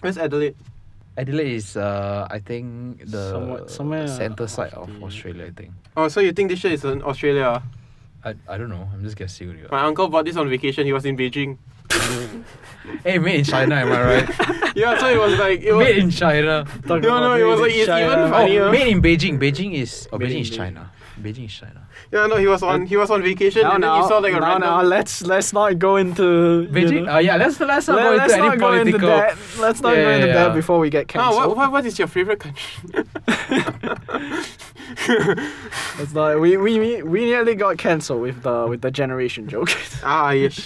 A: Where's Adelaide?
B: Adelaide is uh I think the
C: Somewhat- somewhere
B: center side
C: of
B: of
C: the-
B: Australia, I think.
A: Oh, so you think this shirt is in Australia?
B: I, I don't know. I'm just guessing. only.
A: My uncle bought this on vacation. He was in Beijing.
B: hey, made in China, am I right?
A: Yeah, so it was like it
B: made
A: was.
B: in China.
A: No, no, it was like it's even funnier.
B: Oh, made in Beijing. Beijing is oh,
C: Made in
B: Beijing is
C: Beijing.
B: China. Beijing is China.
A: Yeah, no, he was on he was on vacation
C: Now,
A: and
C: now,
A: then he saw like a
C: now,
A: random.
C: now, let's let's not go into You
B: Beijing.
C: know,
B: uh, yeah, let's let's not
C: let,
B: go
C: let's
B: into
C: not
B: any
C: go into
B: political.
C: that. Let's not
B: Yeah,
C: go into
B: yeah,
C: that
A: Ah,
B: yeah.
C: before we get
A: No,
C: cancelled.
A: what, what what is your favorite country?
C: That's not. We we we we nearly got cancelled with the with the generation joke.
A: ah, yes.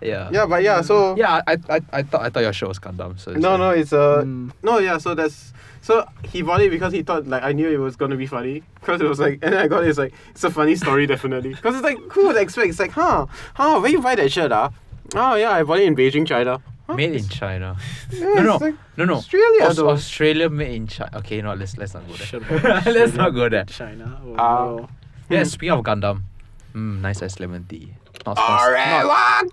B: Yeah.
A: Yeah, but yeah, so
B: Yeah, I, I, I thought I thought your show was Gundam. So it's
A: No,
B: like-
A: no, it's uh,
B: Hmm.
C: Mm.
A: no, yeah. So that's so he bought it because he thought like I knew it was gonna be funny because it was like, and then I got it, it's like it's a funny story definitely because it's like who would expect? It's like, huh, huh, where you buy that shirt? Ah, oh yeah, I bought it in Beijing, China. Huh?
B: Made in China.
A: Yeah, it's
B: No, no,
A: like
B: no, no.
A: Australia
B: Aus-
A: though.
B: Australia made in China. Okay, no, let's let's not go there.
C: Shut up.
B: let's not go there.
C: China. Oh,
A: Ah.
C: no.
B: Yeah, speaking of Gundam, mm, nice S lemon tea. Not sponsored. Not,
A: Alright,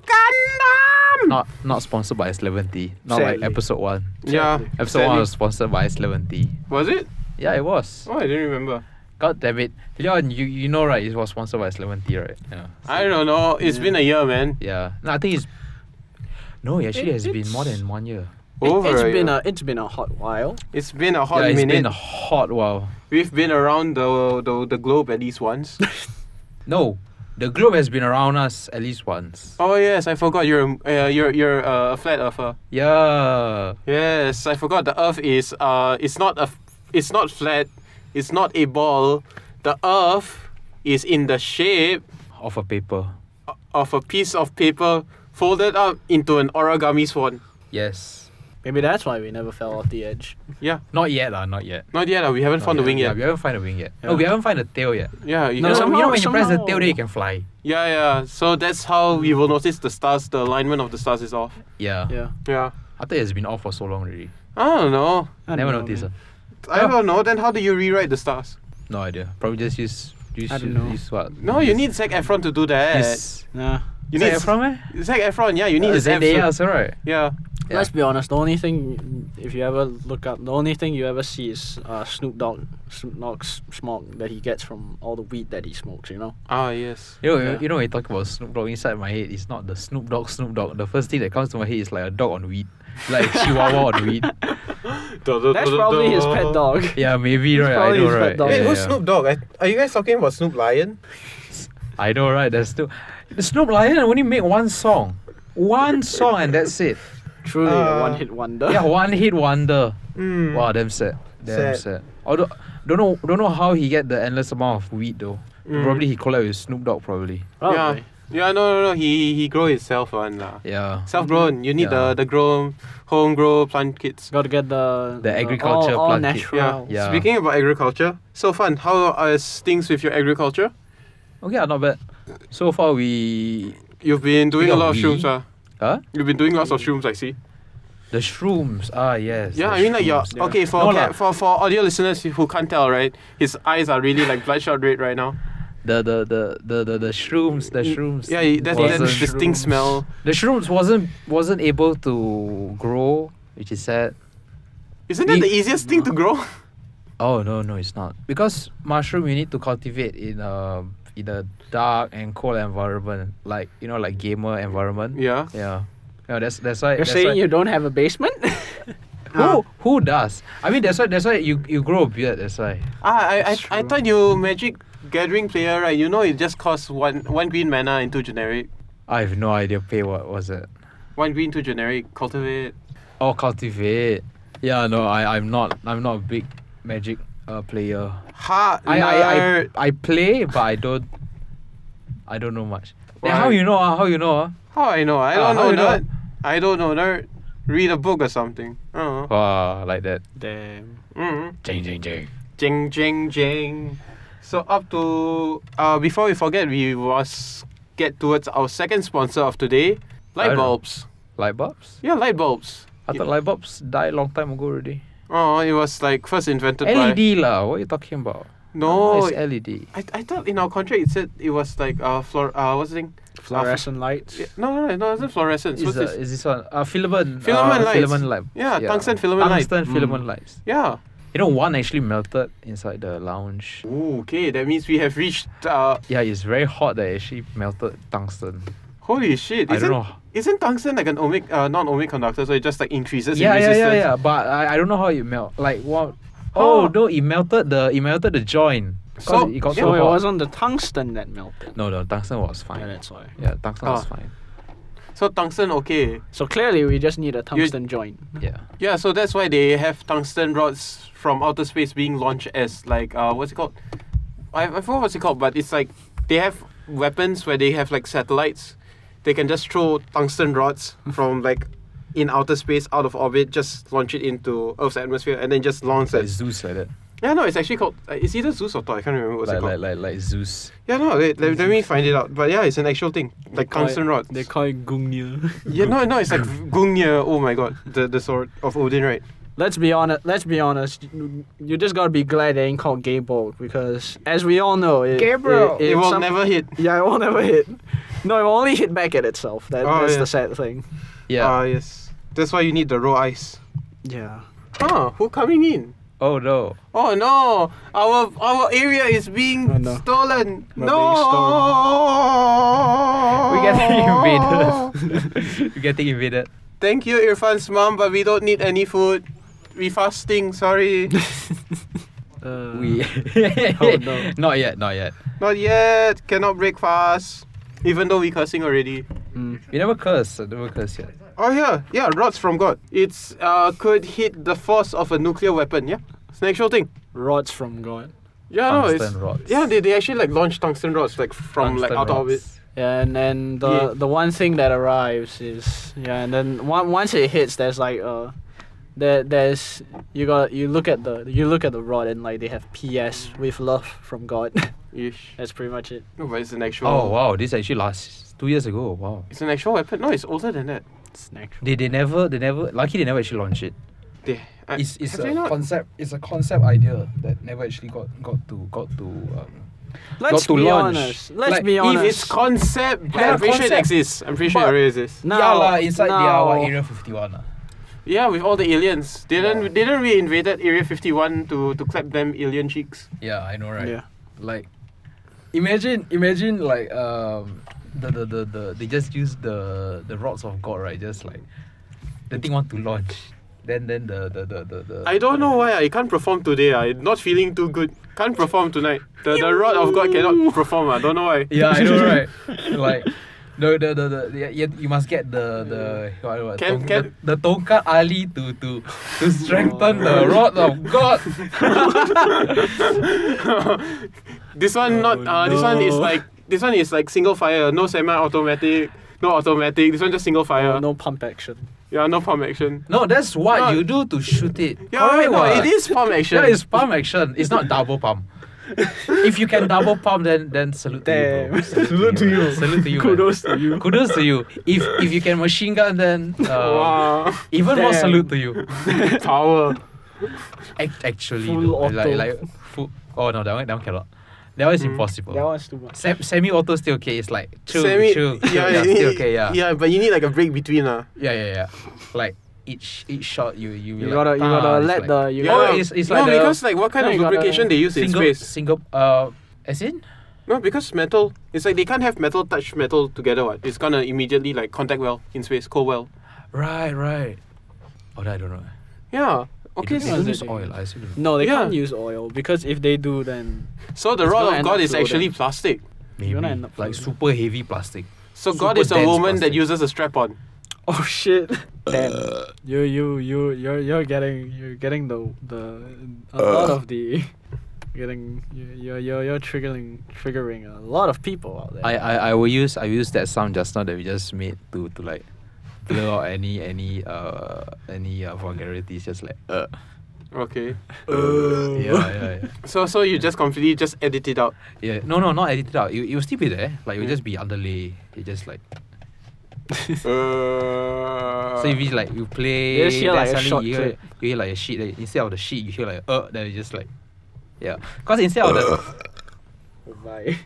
A: Gundam.
B: not not sponsored by S lemon tea. Not
C: Sadly.
B: like episode one.
A: yeah,
C: Sadly.
B: Episode one was sponsored by S lemon tea.
A: was it?
B: Yeah, it was.
A: Oh, I didn't remember.
B: God damn it, Leon, you you know right? It was sponsored by S lemon tea, right? Yeah.
A: I don't know. It's
C: Yeah.
A: been a year, man.
B: Yeah. No, I think it's. No, it actually
C: It-
B: has been more
C: it's-
B: than one year.
A: Over
C: it, has
A: a
C: been
A: year.
C: a it's been a hot while.
A: It's been a hot
B: yeah, it's
A: minute.
B: been a hot while.
A: We've been around the, the the globe at least once.
B: No, the globe has been around us at least once.
A: oh yes, I forgot you're a- uh, you're you're uh, a flat earther.
B: Yeah.
A: Yes, I forgot the Earth is uh, it's not a, f- it's not flat, it's not a ball. The Earth is in the shape
B: Of a paper.
A: o- of a piece of paper folded up into an origami swan.
B: Yes.
C: Maybe that's why we never fell off the edge.
A: Yeah,
B: Not yet, lah. Not yet.
A: not yet. ah, We haven't
B: Not
A: found the
B: yet.
A: wing
B: Yeah,
A: yet.
B: we
A: Yeah,
B: haven't found the wing yet. No,
C: Yeah.
B: we haven't found the tail yet.
A: you
B: No,
A: can-
B: so, you know
C: Somehow-
B: when you press the tail,
C: somehow.
B: then you can fly.
A: yeah, yeah. So that's how we will notice the stars. The alignment of the stars is off.
B: Yeah.
C: Yeah.
A: Yeah.
B: I thought it's been off for so long already.
A: I don't know.
C: I don't
B: Never
C: know,
B: noticed.
C: man.
B: ah.
A: I
B: Yeah.
A: don't know. Then how do you rewrite the stars?
B: No idea. Probably just use use
C: I don't
B: use,
C: know.
B: use what?
A: No, you need Zac Efron to do that.
B: Use,
C: Nah.
A: You
B: Zac
A: need
B: Efron, eh?
A: Zac Efron. Yeah, you need
B: Uh,
A: his abs
B: Zendaya
A: to-
B: also, right?
A: Yeah.
B: Yeah.
C: Let's be honest. The only thing, if you ever look up, the only thing you ever see is uh, Snoop Dogg, Snoop Dogg's smoke that he gets from all the weed that he smokes. You know.
A: Ah yes.
B: You know,
C: Yeah.
B: you know, when you talk about Snoop Dogg inside my head, it's not the Snoop Dogg, Snoop Dogg. The first thing that comes to my head is like a dog on weed, like a chihuahua on weed.
A: That's
C: That's probably his pet dog.
B: Yeah, maybe, right? I
C: probably
B: know,
C: his pet
B: right?
C: dog.
B: Yeah,
A: Wait, who's
B: yeah.
A: Snoop Dogg? I, are you guys talking about Snoop Lion?
B: I know, right? There's still Snoop Lion only make one song, one song, and that's it.
C: Truly
A: Uh,
C: a one-hit wonder.
B: Yeah, one hit wonder.
A: Mm.
B: Wow, damn sad. Damn
A: Sad.
B: sad. Although don't know, don't know how he get the endless amount of weed though.
A: Mm.
B: Probably he collab with Snoop Dogg. Probably.
A: Yeah.
C: Probably.
A: Yeah, no, no, no. He he grow himself one lah.
B: Yeah.
A: Self grown. You need
B: Yeah.
A: the the grow home grow plant kits.
C: Got to get the
B: The agriculture
C: all, all
B: plant kit.
A: Yeah.
C: natural.
B: Yeah.
A: Speaking about agriculture, so fun. How are things with your agriculture?
B: Okay, ah, not bad. So far we,
A: You've been doing
B: Speaking
A: a
B: of
A: lot of
B: we?
A: shrooms, ah.
B: huh?
A: You've been doing lots of shrooms, I see.
B: The shrooms. Ah, yes.
A: Yeah,
B: the
A: I mean like your
B: shrooms.
C: yeah.
A: okay for
B: No
A: ca-
B: lah.
A: for for audio listeners who can't tell, right? His eyes are really like bloodshot red right now.
B: the the the the the, the shrooms. The shrooms.
A: Yeah, that that
B: wasn't-
A: distinct
C: Shrooms.
A: smell.
B: The shrooms wasn't wasn't able to grow, which is sad.
A: Isn't that
B: We-
A: the easiest thing to grow?
B: Oh no no it's not because mushroom you need to cultivate in a in a dark and cold environment like you know like gamer environment
A: Yeah.
B: yeah yeah that's that's why
C: You're
B: that's
C: saying
B: why-
C: you don't have a basement?
B: who who does I mean that's why that's why you you grow a beard that's why
A: Ah, I, I,
C: That's
A: I
C: true.
A: thought you Magic Gathering player, right? You know it just costs one one green mana and two generic.
B: I have no idea pay what was it
A: One green, two generic, cultivate.
B: oh cultivate yeah no I I'm not I'm not a big magic uh, player
A: Ha!
B: I, I, I
A: nerd.
B: I play but I don't I don't know much then how
A: Why?
B: you know ah how you know ah
A: How I know? I
B: Ah,
A: don't
B: how
A: know
B: you know?
A: nerd. I don't know nerd. Read a book or something. Oh.
B: wow like that
C: Damn.
A: Mm.
B: jing jing jing
A: Jing, jing, jing. So up to uh before we forget, we was get towards our second sponsor of today,
B: I
A: light
B: don't-
A: bulbs.
B: light bulbs.
A: Yeah, light bulbs.
B: I thought light bulbs died long time ago already.
A: Oh, it was like first invented by.
B: LED lah. What are you talking about?
A: No,
B: E it's LED.
A: I, I thought in our contract it said it was like uh flor uh what's the thing?
C: Fluorescent lights.
A: Yeah, no, no, no, no, it's not fluorescence.
B: Is,
A: What's
B: uh,
A: this?
B: is this one? Uh, filament.
A: Filament
B: uh,
A: lights.
B: Filament light.
A: Yeah, tungsten filament light.
B: Tungsten
C: Mm.
B: filament lights.
A: Yeah.
B: You know, one actually melted inside the lounge.
A: Ooh, okay, that means we have reached. Uh,
B: Yeah, it's very hot that it actually melted tungsten.
A: holy shit! Isn't,
B: I don't know.
A: Isn't tungsten like an ohmic, uh, non-ohmic conductor? So it just like increases
B: Yeah,
A: in
B: yeah,
A: resistance.
B: yeah, yeah. But I, I don't know how it melt. Like what? Oh
A: Huh.
B: no, it melted the it melted the joint. 'Cause
A: So-
B: it got
A: Yeah,
B: so
C: So it
B: hot.
C: wasn't the tungsten that melted.
B: No, no, tungsten was
C: Yeah,
B: fine.
C: that's why.
B: Yeah, tungsten was
A: Ah.
B: fine.
A: So tungsten, okay.
C: So clearly, we just need a tungsten joint.
B: Yeah.
A: Yeah, so that's why they have tungsten rods from outer space being launched as like uh, what's it called? I, I forgot what's it called, but it's like they have weapons where they have like satellites. They can just throw tungsten rods from like in outer space out of orbit, just launch it into Earth's atmosphere, and then just launch
B: Like
A: it.
B: Zeus like that.
A: Yeah, no, it's actually called. uh, It's either Zeus or Thor. I can't remember what's
B: Like,
A: it called.
B: like, like, like Zeus.
A: yeah, no, wait, let, let me find it out. But yeah, it's an actual thing, like tungsten rods.
C: They call it Gungnir.
A: yeah, no, no, it's like Gungnir. Oh my god, the the sword of Odin, right?
C: let's be honest. Let's be honest. You you just gotta be glad it ain't called Gabriel because, as we all know, it,
B: Gabriel.
C: It, it
A: It will
C: some-
A: never hit.
C: Yeah, it won't ever hit. No, it will only hit back at itself. That,
A: Oh,
C: that's
A: yeah.
C: the sad thing.
B: Yeah.
A: Ah, yes. That's why you need the raw ice.
C: Yeah.
A: Huh? Who coming in?
B: oh no.
A: Oh no! Our our area is being
C: Oh, no.
A: stolen.
C: We're
A: no.
C: being
B: We're getting invaded. We're getting invaded.
A: Thank you, Irfan's mom, but we don't need any food. We fasting. Sorry,
C: Uh,
B: We.
C: Oh, no.
B: Not yet. Not yet.
A: not yet. Cannot break fast. Even though we cursing already.
C: Mm.
B: We never curse. Never curse yet.
A: Oh yeah, yeah. Rods from God. It's uh could hit the force of a nuclear weapon. Yeah, it's an actual thing.
C: Rods from God.
A: Yeah, no, it's
B: Tungsten rods.
A: yeah. They, they actually like launch tungsten rods like from like
B: Tungsten
A: out of orbit.
B: rods.
C: Yeah, and then the
A: Yeah.
C: the one thing that arrives is yeah, and then one, once it hits, there's like uh, there there's you got you look at the you look at the rod and like they have P.S. with love from God.
A: Ish.
C: That's pretty much it.
A: No, but it's an actual.
B: Oh wow, this actually lasts two years ago. Wow.
A: It's an actual weapon. No, it's older than that.
C: It's natural.
B: They they never they never lucky they never actually launched it.
A: They, I-
B: It's it's
A: have
B: a
A: they not?
B: concept it's a concept idea that never actually got got to got to um,
C: Let's
B: to
C: be
B: launch.
C: honest. Let's
B: Like,
C: be
B: if
C: honest.
A: If it's concept, but
B: Yeah,
A: I'm pretty sure it
B: concept.
A: exists. I'm pretty sure
B: But-
A: it really exists.
C: No,
B: yeah lah, inside the
C: no.
B: our area ah. fifty one lah.
A: Yeah, with all the aliens, didn't
B: Yeah.
A: didn't we invaded Area 51 to to clap them alien cheeks?
B: Yeah, I know right.
C: Yeah.
B: Like imagine imagine like um the the, the, the they just use the the rods of God right just like the thing want to launch then then the the the the, the
A: I don't know why I can't perform today. I'm not feeling too good. Can't perform tonight. The, the rod of God cannot perform. I don't know why.
B: Yeah, I know, right? like, no, the the the yeah, yeah, you must get the the what, what,
A: Can-
B: tong-
A: can-
B: the, the tongkat Ali to to to strengthen the rod of God.
A: this one not. Uh, This one is
C: Oh, no.
A: like this one is like single fire. No semi-automatic. No automatic. This one just single fire.
C: Oh, No pump action.
A: Yeah, no palm action.
B: No, that's what
A: No.
B: you do to shoot it.
A: Yeah, wait,
B: Correct
A: no, it
B: what?
A: is palm action.
B: Yeah, it's palm action. It's not double palm. if you can double palm, then then salute to you. Bro.
C: Damn.
B: Salute to you. Salute to you. man.
C: Kudos to you.
B: Kudos to you. If if you can machine gun, then uh,
A: Wow.
B: even more
C: Damn.
B: salute to you.
A: Power.
B: Act- actually,
C: Full
B: though,
C: auto. Hmm.
B: like like full, oh no, that one that one cannot. That one is
A: Mm.
B: impossible.
C: That one's too much.
B: Sem- semi auto still okay. It's like chill,
A: Semi-
B: chill, chill, yeah,
A: you
B: still
A: need-
B: okay, yeah. yeah,
A: Yeah, but you need like a break between uh.
B: yeah, yeah, Like each each shot you you,
C: You
B: like,
C: gotta you
B: ah,
C: gotta
B: it's
C: let
B: like
C: the you
B: Yeah,
C: gotta
B: yeah, it's- it's
A: no,
B: like the-
A: because like what kind
C: No,
A: of
C: you gotta-
A: lubrication they use in
B: single
A: space?
B: single uh as in
A: No, because metal. It's like they can't have metal touch metal together. What? It's gonna immediately like contact well in space, cold well.
B: right right. Oh, that I don't know.
A: Yeah. Okay.
B: they
C: so-
B: don't use
C: they-
B: oil. I assume. they-
C: No, they
A: Yeah.
C: can't use oil because if they do, then
A: So the
C: It's
A: rod of
C: gonna end
A: God
C: up
A: is
C: floating.
A: actually plastic.
B: Maybe
C: gonna end up
B: like
C: floating.
B: super heavy plastic.
A: So
B: Super
A: God is a
B: dense
A: woman that
B: plastic.
A: uses a strap on.
C: oh shit. Damn.
B: Uh.
C: You you you you're you're getting you're getting the the
B: Uh.
C: a lot of the getting you- you're you're you're triggering triggering a lot of people out there.
B: I, I I will use I will use that sound just now that we just made to to like blur out any any uh any uh, vulgarities. Just like uh.
A: Okay.
C: Oh.
B: uh, yeah, yeah, yeah.
A: So so you just completely just edit it out.
B: Yeah, no, no, not edit it out. It, it will still be there. Like it will
A: Mm.
B: just be underlay. It just like
A: uh,
B: so if it's like you play,
C: You just hear
B: then
C: like a
B: suddenly
C: short
B: you, hear,
C: clip.
B: you hear like a shit. Then instead of the shit, you hear like uh. Then it's just like yeah. Cause instead of the
C: Why?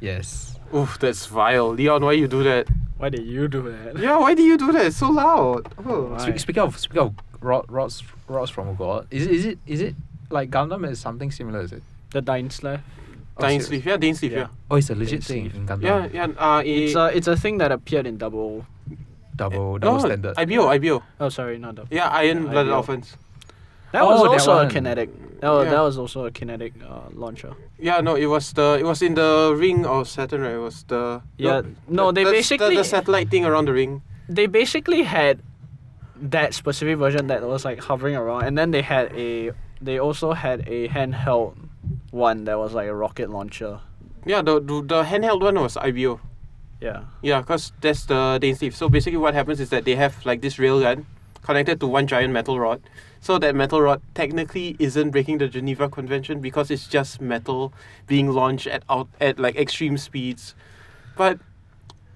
B: yes,
A: Oof, that's vile, Leon. Why you do that?
C: Why did you do that?
A: Yeah, why do you do that? It's so loud. Oh.
C: Why?
B: Spe- speaking of speaking of rod, rods rods from God, is it is it is it like Gundam is something similar? Is it?
C: The Dine Slayer.
B: Oh,
A: Dying
B: serious?
A: sleep. Yeah, dying sleep. Yeah.
B: Oh, it's a legit
C: Didn't
B: thing
C: see.
B: in Gundam.
A: Yeah, yeah. Uh,
C: It's
A: it-
C: a it's a thing that appeared in Double.
B: double
A: no,
B: double Oh, standard.
A: IBO, IBO.
C: Oh sorry, not Double.
A: Yeah, iron
C: Yeah,
A: blooded
C: IBO.
A: offense.
C: That
B: Oh,
C: was
B: that
C: also
B: one.
C: a kinetic. Oh,
A: Yeah.
C: that was also a kinetic uh, launcher.
A: Yeah, no, it was the it was in the ring of Saturn. Right? It was the
C: Yeah, no, they
A: that's the-
C: basically-
A: the, satellite thing around the ring.
C: they basically had that specific version that was like hovering around, and then they had a they also had a handheld one that was like a rocket launcher.
A: Yeah, the the, the handheld one was IBO.
C: Yeah.
A: Yeah, because that's the Dane Steve. So basically, what happens is that they have like this railgun connected to one giant metal rod. So that metal rod technically isn't breaking the Geneva Convention because it's just metal being launched at out at like extreme speeds, but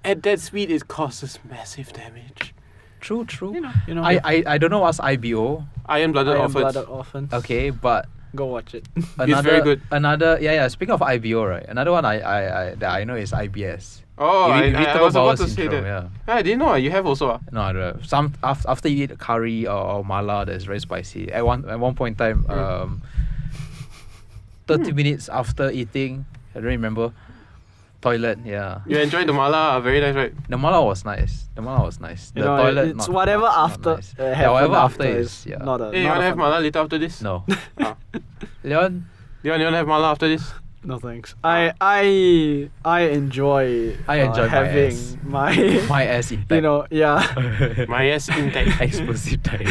A: at that speed it causes massive damage.
B: True, true.
C: You know. You know.
B: I, I, I don't know what's IBO.
A: Iron blooded
C: Iron
A: offense.
C: Blooded Orphans.
B: Okay, but
C: Go watch it.
B: another
A: very good.
B: another yeah yeah. Speaking of IBO, right? Another one I I, I that I know is IBS.
A: Oh,
B: You
A: I,
B: read- you read
A: I, I
B: Tokyo
A: was about
B: Bowl's
A: to say
B: intro,
A: that.
B: yeah.
A: Ah, I didn't know. ah, You have also. ah.
B: No, I don't know. Some after, after you eat curry or, or mala that's very spicy. At one at one point in time,
A: Mm.
B: um, thirty
C: Hmm.
B: minutes after eating, I don't remember. Toilet, yeah.
A: You enjoyed the mala. ah, Very nice, right?
B: The mala was nice. The mala was nice. The
C: You know,
B: toilet,
C: it's
B: not-
C: whatever
B: not
C: after.
B: nice.
C: uh,
B: yeah,
C: happened
B: whatever after
C: is
B: is. Yeah.
C: Not a.
A: Hey, you
C: Uh, not
A: wanna
C: a
A: have
C: fun-
A: mala later after this?
B: no.
A: Ah.
B: Leon,
A: You want you wanna have mala after this?
C: No thanks. I I I enjoy.
B: I
C: uh,
B: enjoy my
C: having
B: ass.
C: my.
B: my ass intact.
C: you know yeah.
A: My ass intact.
B: Explosive type.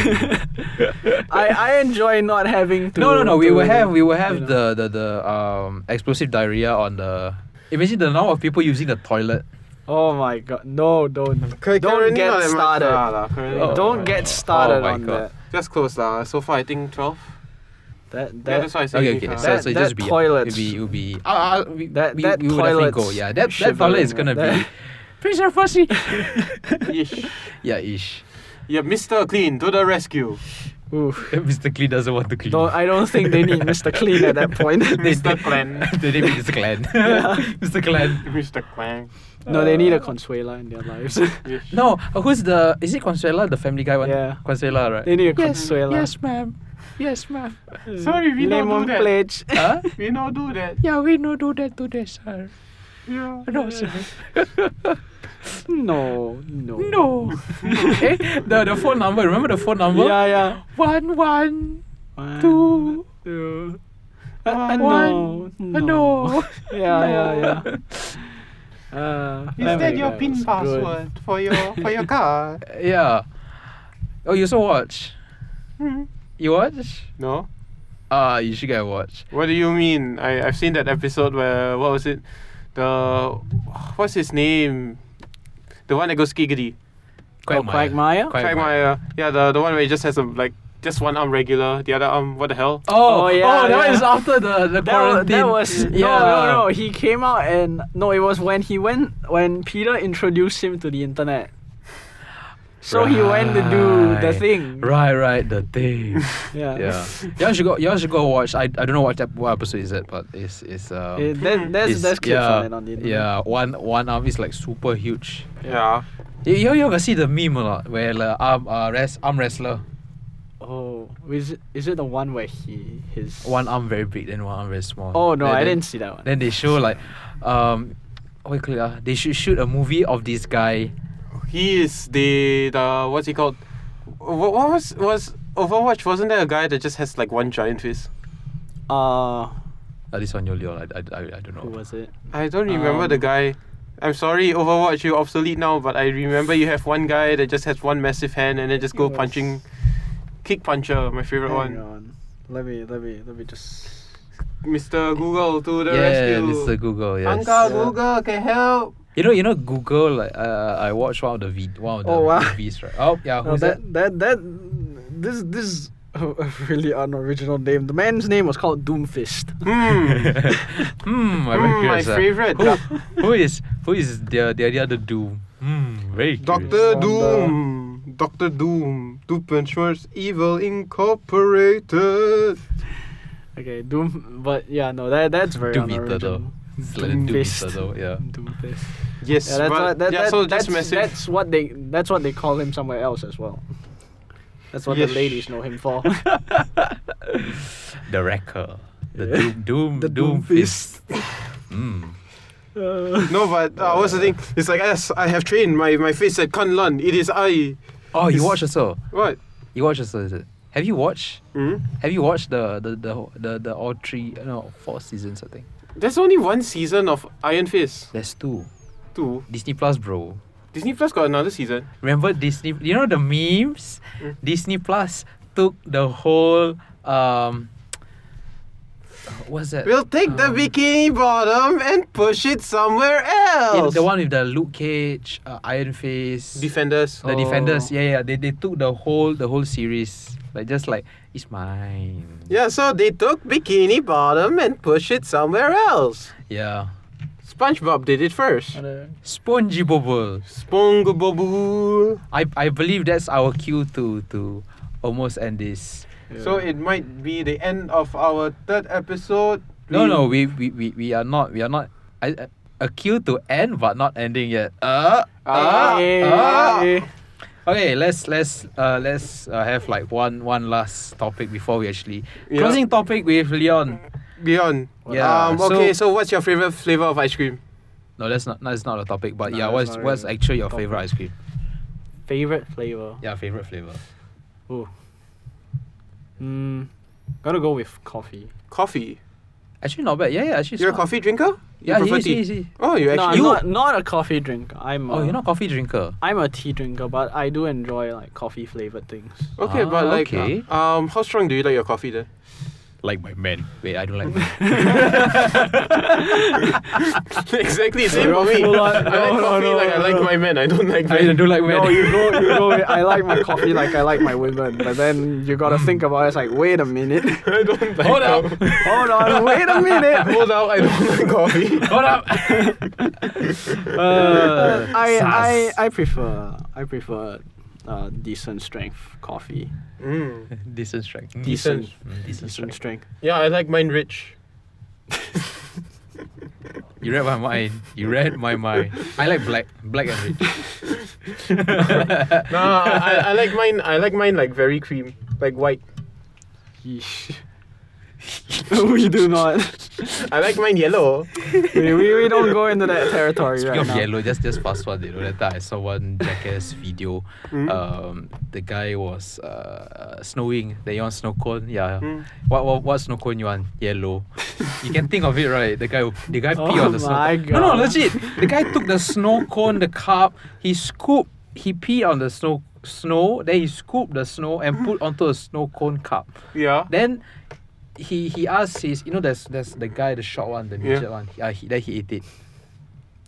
C: I I enjoy not having to.
B: no, no, no. We will
C: to,
B: have we will
C: you
B: have
C: know.
B: the, the the um explosive diarrhea on the. Imagine the number of people using the toilet.
C: Oh my god! No, don't
A: Currently
C: don't get
A: not that much
C: started.
A: lah, lah, currently
B: Oh.
A: not
C: Don't
A: that
C: get
A: much.
C: started
B: my
C: on
B: God.
C: that.
A: Just close lah. So far, I think twelve.
C: That
A: yeah,
C: that
A: that's why I say if,
B: Okay, okay.
A: uh,
B: So,
C: That-
B: so it
C: that
B: just be
C: toilet- Ah,
B: It'll be, it'll be uh, uh, we,
C: That-
B: we,
C: that
B: we would definitely go.
C: toilet's
B: Yeah, that that toilet is gonna
C: shivering,
B: be
C: man.
B: pretty sure fussy.
A: Yeesh.
B: yeah, ish.
A: Yeah, Mr. Clean to the rescue.
C: Oof.
B: Mr. Clean doesn't want to clean.
C: Don't, I don't think they need Mr. Clean at that point.
A: Mr. Clan.
B: the name is Mr. Clan.
C: Yeah.
B: Mr. Clan.
A: Mr. Clan.
C: no, they need a Consuela in their lives.
A: Yeesh.
B: No, uh, who's the? Is it Consuela, the Family Guy one?
C: Yeah.
B: Consuela, right?
C: They need a Consuela.
B: ma'am. Yes, ma'am.
A: Sorry, we don't do
C: Lemon
A: that.
C: pledge.
B: Huh?
A: We now do that.
B: yeah, we no do that today, sir.
A: Yeah.
C: No, no.
B: No. eh, the the phone number. Remember the phone number?
C: Yeah, yeah.
B: One one
C: One,
B: two.
C: two. Uh, uh,
A: One.
C: no,
B: uh, no.
C: Yeah,
B: No.
C: yeah, yeah. Uh,
A: Is
C: Family
A: that your
C: Guy
A: pin
C: was
A: password for your for your card?
B: Yeah. Oh, you also watch?
A: Hmm.
B: You watch?
A: No.
B: Ah, you should get a watch.
A: What do you mean? I I've seen that episode where what was it? The what's his name? The one that goes giggity.
C: Good. Oh, Quagmire.
B: Quag- Quagmire.
A: Quagmire. Yeah, the the one where he just has a like just one arm regular, the other arm what the hell?
B: Oh,
C: Oh,
B: oh,
C: yeah,
B: that one
C: yeah.
B: is after the, the
C: That was,
B: quarantine.
C: that was
B: yeah.
C: no, no, no. He came out and no, it was when he went when Peter introduced him to the internet. So he went to do the
B: Right.
C: thing.
B: Right, right, the thing.
C: Yeah.
B: yeah, y'all should go. Y'all should go watch. I, I don't know what ep- what episode is it, but it's it's um.
C: It, that, that's
B: it's-
C: that's clips
B: yeah,
C: on it on the internet.
B: yeah. One one arm is like super huge.
A: Yeah.
B: Y- You you ever see the meme or not? Where the arm uh, rest, arm wrestler,
C: Oh, is it, is it the one where he his
B: one arm very big, then one arm very small.
C: Oh no,
B: Then-
C: I
B: then-
C: didn't see that one.
B: Then they show like, um, what you call it, ah? They should shoot a movie of this guy.
A: He is the the what's he called? What, what was was Overwatch? Wasn't there a guy that just has like one giant fist?
C: Uh,
B: Uh, this one Yolio, I, I, I, I don't know.
C: who was it?
A: I don't remember the
C: Um,
A: guy. I'm sorry, Overwatch, you're obsolete now, but I remember you have one guy that just has one massive hand and then just go
C: It was-
A: punching, kick puncher, my favorite one.
C: Hang on. Let me let me let me just.
A: Mr. Google to the
B: yeah,
A: rescue.
B: Mr. Google. Yes.
A: Uncle
C: Yeah.
A: Google can help.
B: You know, you know, Google. Like, uh, I watched one of the vid, one of the
C: Oh, wow.
B: movies, right? Oh, yeah.
C: No,
B: Who's that?
C: that that that this this is a really unoriginal name. The man's name was called Doomfist.
A: Hmm.
B: Hmm. I'm very
A: Hmm, my
B: curious, ah.
A: favorite.
B: Who, who is who is the the, the other Doom? Hmm. Very. curious.
A: Doctor Doom. Doctor Doom. Two Punch Man's Evil Incorporated.
C: Okay, Doom. But yeah, no, that that's very
B: Doom Eater,
C: unoriginal.
B: It's like a Doom
C: Doomfist.
B: Eater, yeah.
C: Doomfist.
A: Yes,
C: Yeah, that's
A: but,
C: what that,
A: yeah
C: that-
A: so
C: that's
A: just massive.
C: that's what they that's what they call him somewhere else as well. That's what
A: Yes.
C: the ladies know him for.
B: The Wrecker. The Doom Doom
C: The
B: Doom
C: Doomfist.
B: Fist. Hmm.
C: Uh,
A: No, but uh, what's the thing? It's like yes, I have trained my, my face at Kunlun. It is I.
B: Oh,
A: It's-
B: you watched also.
A: What?
B: You watched also, is it? Have you watched?
A: Hmm?
B: Have you watched the the the the, the all three uh, no four seasons I think.
A: There's only one season of Iron Fist.
B: There's two
A: Two.
B: Disney Plus, bro.
A: Disney Plus got another season.
B: Remember Disney? You know the memes.
A: Mm.
B: Disney Plus took the whole um. What's that?
A: We'll take the
B: Um,
A: bikini bottom and push it somewhere
B: Yeah,
A: else.
B: the one with the Luke Cage, uh, Iron Face,
A: Defenders.
B: the Defenders.
A: Oh.
B: Yeah, yeah. They, they took the whole the whole series. Like just like it's mine.
A: Yeah, so they took Bikini Bottom and push it somewhere else.
B: Yeah.
A: SpongeBob did it first.
C: uh,
B: Spongy Bobble.
A: SpongeBob.
B: I I believe that's our cue to to almost end this.
A: So it might be the end of our third episode.
B: No,
A: We-
B: no, we we, we, we are not we are not I, I- a cue to end but not ending yet. Uh, uh, uh.
A: Ah.
B: Okay, let's let's uh, let's uh, have like one one last topic before we actually
A: Yeah.
B: closing topic with Leon.
A: Beyond.
B: Yeah,
A: Um,
B: so-
A: okay, so what's your favorite flavor of ice cream?
B: No, that's not that's not a topic. But
C: No,
B: yeah,
C: that's
B: what's
C: not
B: what's
C: really
B: actually your
C: topic.
B: favorite ice cream?
C: Favorite flavor.
B: Yeah, favorite flavor.
C: Ooh. Hmm. Gotta go with coffee.
A: Coffee.
B: Actually, not bad. Yeah, yeah. Actually,
A: You're a
B: smart.
A: coffee drinker? You
B: Yeah, he
A: prefer
B: is,
A: tea?
B: he is, he is.
A: Oh, you
C: no,
A: actually.
C: I'm
B: you-
C: not, not a coffee drinker. I'm.
B: Oh,
C: a,
B: you're not coffee drinker.
C: I'm a tea drinker, but I do enjoy like coffee flavored things.
A: Okay, but
B: Ah,
A: like,
B: okay.
A: um, how strong do you like your coffee then?
B: Like my man. Wait, I don't like. men.
A: exactly, same for me.
C: Full on-
A: I like
C: no, no,
A: coffee
C: no,
A: like I like
C: no.
A: my men. I don't like
B: I
A: men.
B: don't like men.
C: No, you go, you go. with, I like my coffee like I like my women, but then you gotta think about it. It's like, wait a minute,
A: I don't like
B: Hold
A: coffee.
B: up.
C: hold on, wait a minute.
A: Hold out, I don't like coffee.
B: Hold up. uh,
C: I,
B: sus.
C: I I prefer I prefer uh, decent strength coffee.
A: Mm.
B: Decent strength.
A: Decent.
B: Mm, Decent
C: Decent
B: strength.
C: strength.
A: Yeah, I like mine rich.
B: You read my mind. You read my mind. I like black. Black and rich.
A: No, I, I like mine. I like mine like very cream, like white.
C: Yeesh. we do not.
A: I like mine yellow.
C: We, we, we don't go into that territory
B: Speaking
C: right
B: of
C: now.
B: yellow, just just fast forward. You know, that time I saw one jackass video.
C: Mm-hmm.
B: Um, the guy was uh, snowing. They want snow cone. Yeah.
A: Mm.
C: Mm-hmm.
B: What, what what snow cone you want? Yellow. you can think of it, right? The guy the guy pee
C: Oh
B: on the snow.
C: my
B: cone. No, no,
C: God.
B: legit. The guy took the snow cone, the cup. He scooped. He peed on the snow snow. Then he scooped the snow
C: Mm-hmm.
B: and put onto a snow cone cup.
A: Yeah.
B: Then he he asked his you know there's there's the guy the short one the
A: Yeah.
B: midget one uh, he, then he ate it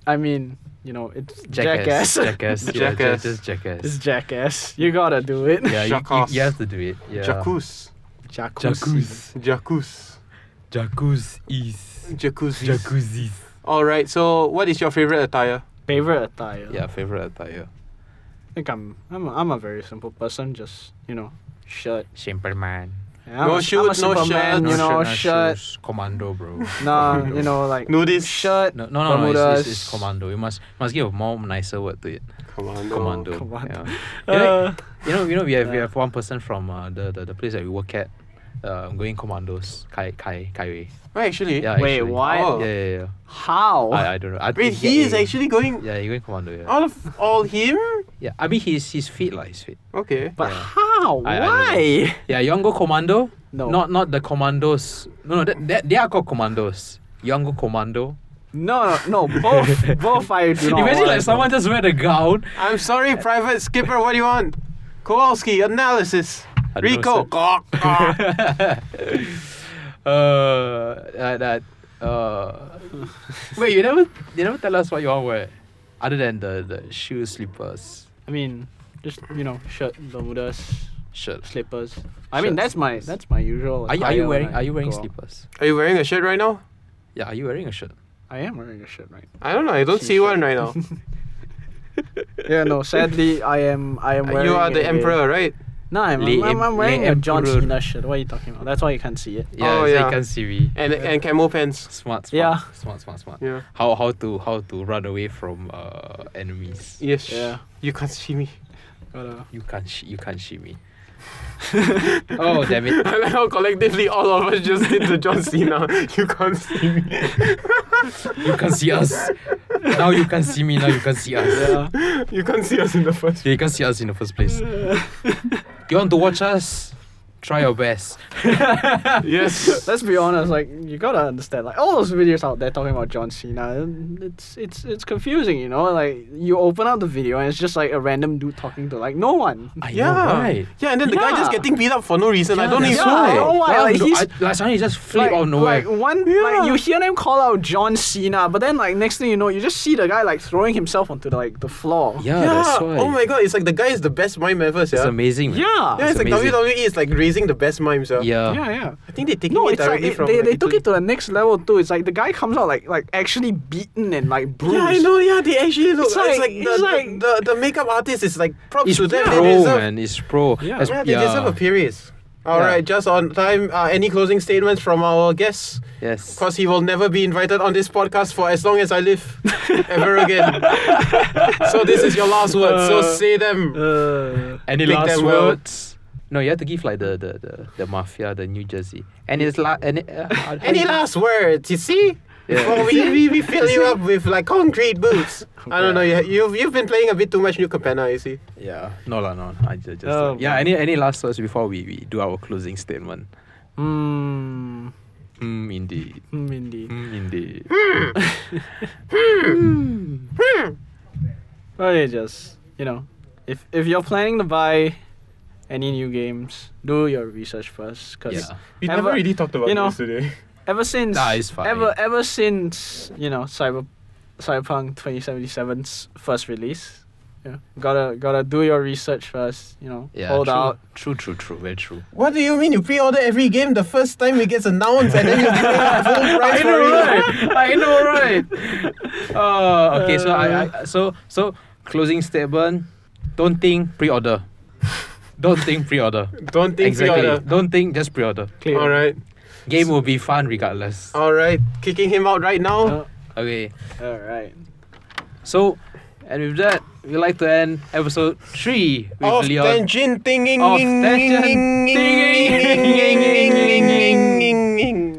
C: I mean, you know, it's
B: jackass
C: jackass.
B: jackass yeah, ju-
A: Jackass.
B: just jackass
C: it's jackass. You gotta do it.
B: yeah you, you,
A: Jackass.
B: you have to do it yeah
A: Jacuzzi.
C: Jacuzzi.
B: jacuzzi
A: Jacuzzi.
B: jacuzzi
A: Jacuzzi.
B: jacuzzi
A: All right. So, what is your favorite attire?
C: Favorite attire.
B: yeah favorite attire
C: I think I'm I'm a, I'm a very simple person. Just you know, shirt.
B: simple man
C: Yeah, I'm
A: No
C: a- I'm a
A: shoes, no
C: simple man,
A: shirts.
C: You know,
B: shirt, no
C: shirt.
B: shoes. commando bro
C: Nah,
B: Commando.
C: you know, like
A: Nudist.
C: shirt.
B: no no no, it's, it's, it's
C: Bermudas.
B: commando you must must give a more nicer word to it
A: Commando.
B: commando
C: commando.
B: yeah. You know,
C: Uh,
B: You know, you know, we have we
C: Yeah.
B: have one person from uh, the, the the place that we work at, uh, going commandos, Kai Kai Kai Wei.
A: Oh, actually.
B: Yeah,
C: Wait, Oh.
B: actually.
C: what?
A: Oh.
B: Yeah, yeah, yeah.
C: how?
B: I, I don't know. I,
A: Wait,
B: yeah,
A: he is
B: yeah, yeah.
A: actually going.
B: Yeah, he going commando. Yeah.
A: All of all him.
B: Yeah, I mean he's he's fit like he's fit.
A: Okay.
C: but
B: yeah.
C: how?
B: I- I don't
C: Why?
B: Yeah, you want go commando?
C: No.
B: Not not the commandos. No, no, that, that, they are called commandos. You want go commando?
C: no, no, no. Both, both. I do not.
B: Imagine like
C: want.
B: someone just wear the gown.
A: I'm sorry, Private Skipper. What do you want? Kowalski analysis.
B: I don't know,
A: Rico.
B: sir.
A: Gawk, gawk.
B: Uh, that, that uh. Wait, you never you never tell us what you want to wear, other than the the shoes, slippers,
C: I mean, just you know, shirt, bermudas,
B: shirt.
C: slippers. I mean,
B: Shirts,
C: that's my
B: slippers.
C: that's my usual.
B: Are you, are
C: attire
B: you
C: when
B: wearing
C: I
B: Are you wearing
C: go out.
B: slippers?
A: Are you wearing a shirt right now?
B: Yeah, are you wearing a shirt?
C: I am wearing a shirt right.
A: I don't know. I don't see one right now.
C: now. yeah, no. Sadly, I am. I am
A: Uh,
C: wearing.
A: you are the
C: a-
A: emperor, right?
C: No, I'm,
B: Le
C: I'm, I'm,
B: em-
C: wearing
B: le
C: a John
B: emperor.
C: Cena shirt. What are you talking about? That's why you can't see it.
B: Yeah,
A: Oh,
B: so
A: yeah.
B: you can see me.
A: And and camo pants.
B: Smart, smart,
C: Eh. Yeah.
B: smart, smart, smart.
A: Yeah.
B: How how to how to run away from uh, enemies?
A: Yes.
C: Yeah.
A: You can't see me.
C: Gotta.
B: You can't sh- you can't shoot me. oh damn it!
A: I like how collectively all of us just did the John Cena. You can't see me.
B: You can see us. Now you can see me. Now you can see us.
C: Yeah.
A: You can't see us in the first.
B: Yeah, you can see us in the first place. you want to watch us? Try your best.
A: yes.
C: Let's be honest, like you gotta understand, like all those videos out there talking about John Cena, it's it's it's confusing, you know. Like you open up the video and it's just like a random dude talking to like no one.
B: I know,
A: Yeah.
B: right?
A: Yeah, and then the guy just
C: Yeah.
A: getting beat up for no reason. I don't
B: that's
A: even
C: Yeah, I
A: know.
C: don't know why,
B: Well,
C: like,
B: no,
C: he's-
B: I- like suddenly he just flip out of nowhere.
C: like one, like
A: Yeah.
C: you hear them call out John Cena, but then like next thing you know, you just see the guy like throwing himself onto the, like the floor.
B: yeah,
A: Yeah.
B: that's why.
A: Oh my god, it's like the guy is the best mime ever, yeah.
B: It's amazing. Man.
C: Yeah.
A: Yeah, it's,
B: It's
A: like
B: amazing.
A: WWE is like raising the best mimes, yeah.
B: Yeah.
C: yeah, yeah.
A: I think they taking
C: No,
A: it
C: it's like
A: directly
C: it-
A: from
C: they,
A: like,
C: they took
A: Italy.
C: it to the next level too. It's like the guy comes out like like actually beaten and like bruised.
A: Yeah, I know. Yeah, they actually look. It's
C: It's
A: like,
C: like-
A: the,
C: it's
A: the-
C: like-
A: the, the makeup artist is like props
B: It's
A: to them.
B: pro,
A: they deserve,
B: man. It's pro.
C: Yeah.
B: It's-
A: Yeah, they deserve a period. All right,
B: Yeah.
A: just on time. Uh, any closing statements from our guest?
B: Yes.
A: Because he will never be invited on this podcast for as long as I live, ever again. so this is your last word. so
C: Uh,
A: say them.
C: Uh,
B: Any
A: Make
B: last
A: them well.
B: words? No, you have to give like the the, the, the mafia, the New Jersey, and it's like any uh, how- how do
A: Any
B: you-
A: last words? You see?
B: Yeah.
A: Well, we, we, we fill you up with like concrete boots. I don't know. You, you've you've been playing a bit too much New Capenna. You see?
B: Yeah, no lah, no. I just, just
C: Oh,
B: like- yeah.
C: man.
B: Any any last words before we, we do our closing statement?
C: mm,
B: Mm, indeed.
C: mm, indeed.
B: Mm, indeed.
C: Well, you just you know, if if you're planning to buy any new games, do your research first. Cause
B: Yeah.
A: We
C: Ever-
A: never really talked about
C: you know-
A: this today.
C: ever since
B: Nah, it's fine.
C: ever ever since you know cyber cyberpunk 2077's first release yeah, gotta gotta do your research first you know
B: Yeah.
C: hold
B: true.
C: out
B: True, true, true. Very true.
A: What do you mean you pre-order every game the first time it gets announced and then you pay full price
B: I
A: for
B: know,
A: it?
B: right? I know, right? Oh, okay. So I, I so so closing statement. Don't think pre-order. Don't think pre-order.
A: Don't think
B: exactly.
A: pre-order.
B: Don't think just pre-order.
C: clear
A: All right,
B: Game will be fun regardless.
A: all right. Kicking him out right now.
C: Uh,
B: Okay.
C: all right
B: So, and with that, we like to end episode three with
A: Off
B: Leon.
A: tension, tinging,
B: Off tension, tinging.
A: tinging.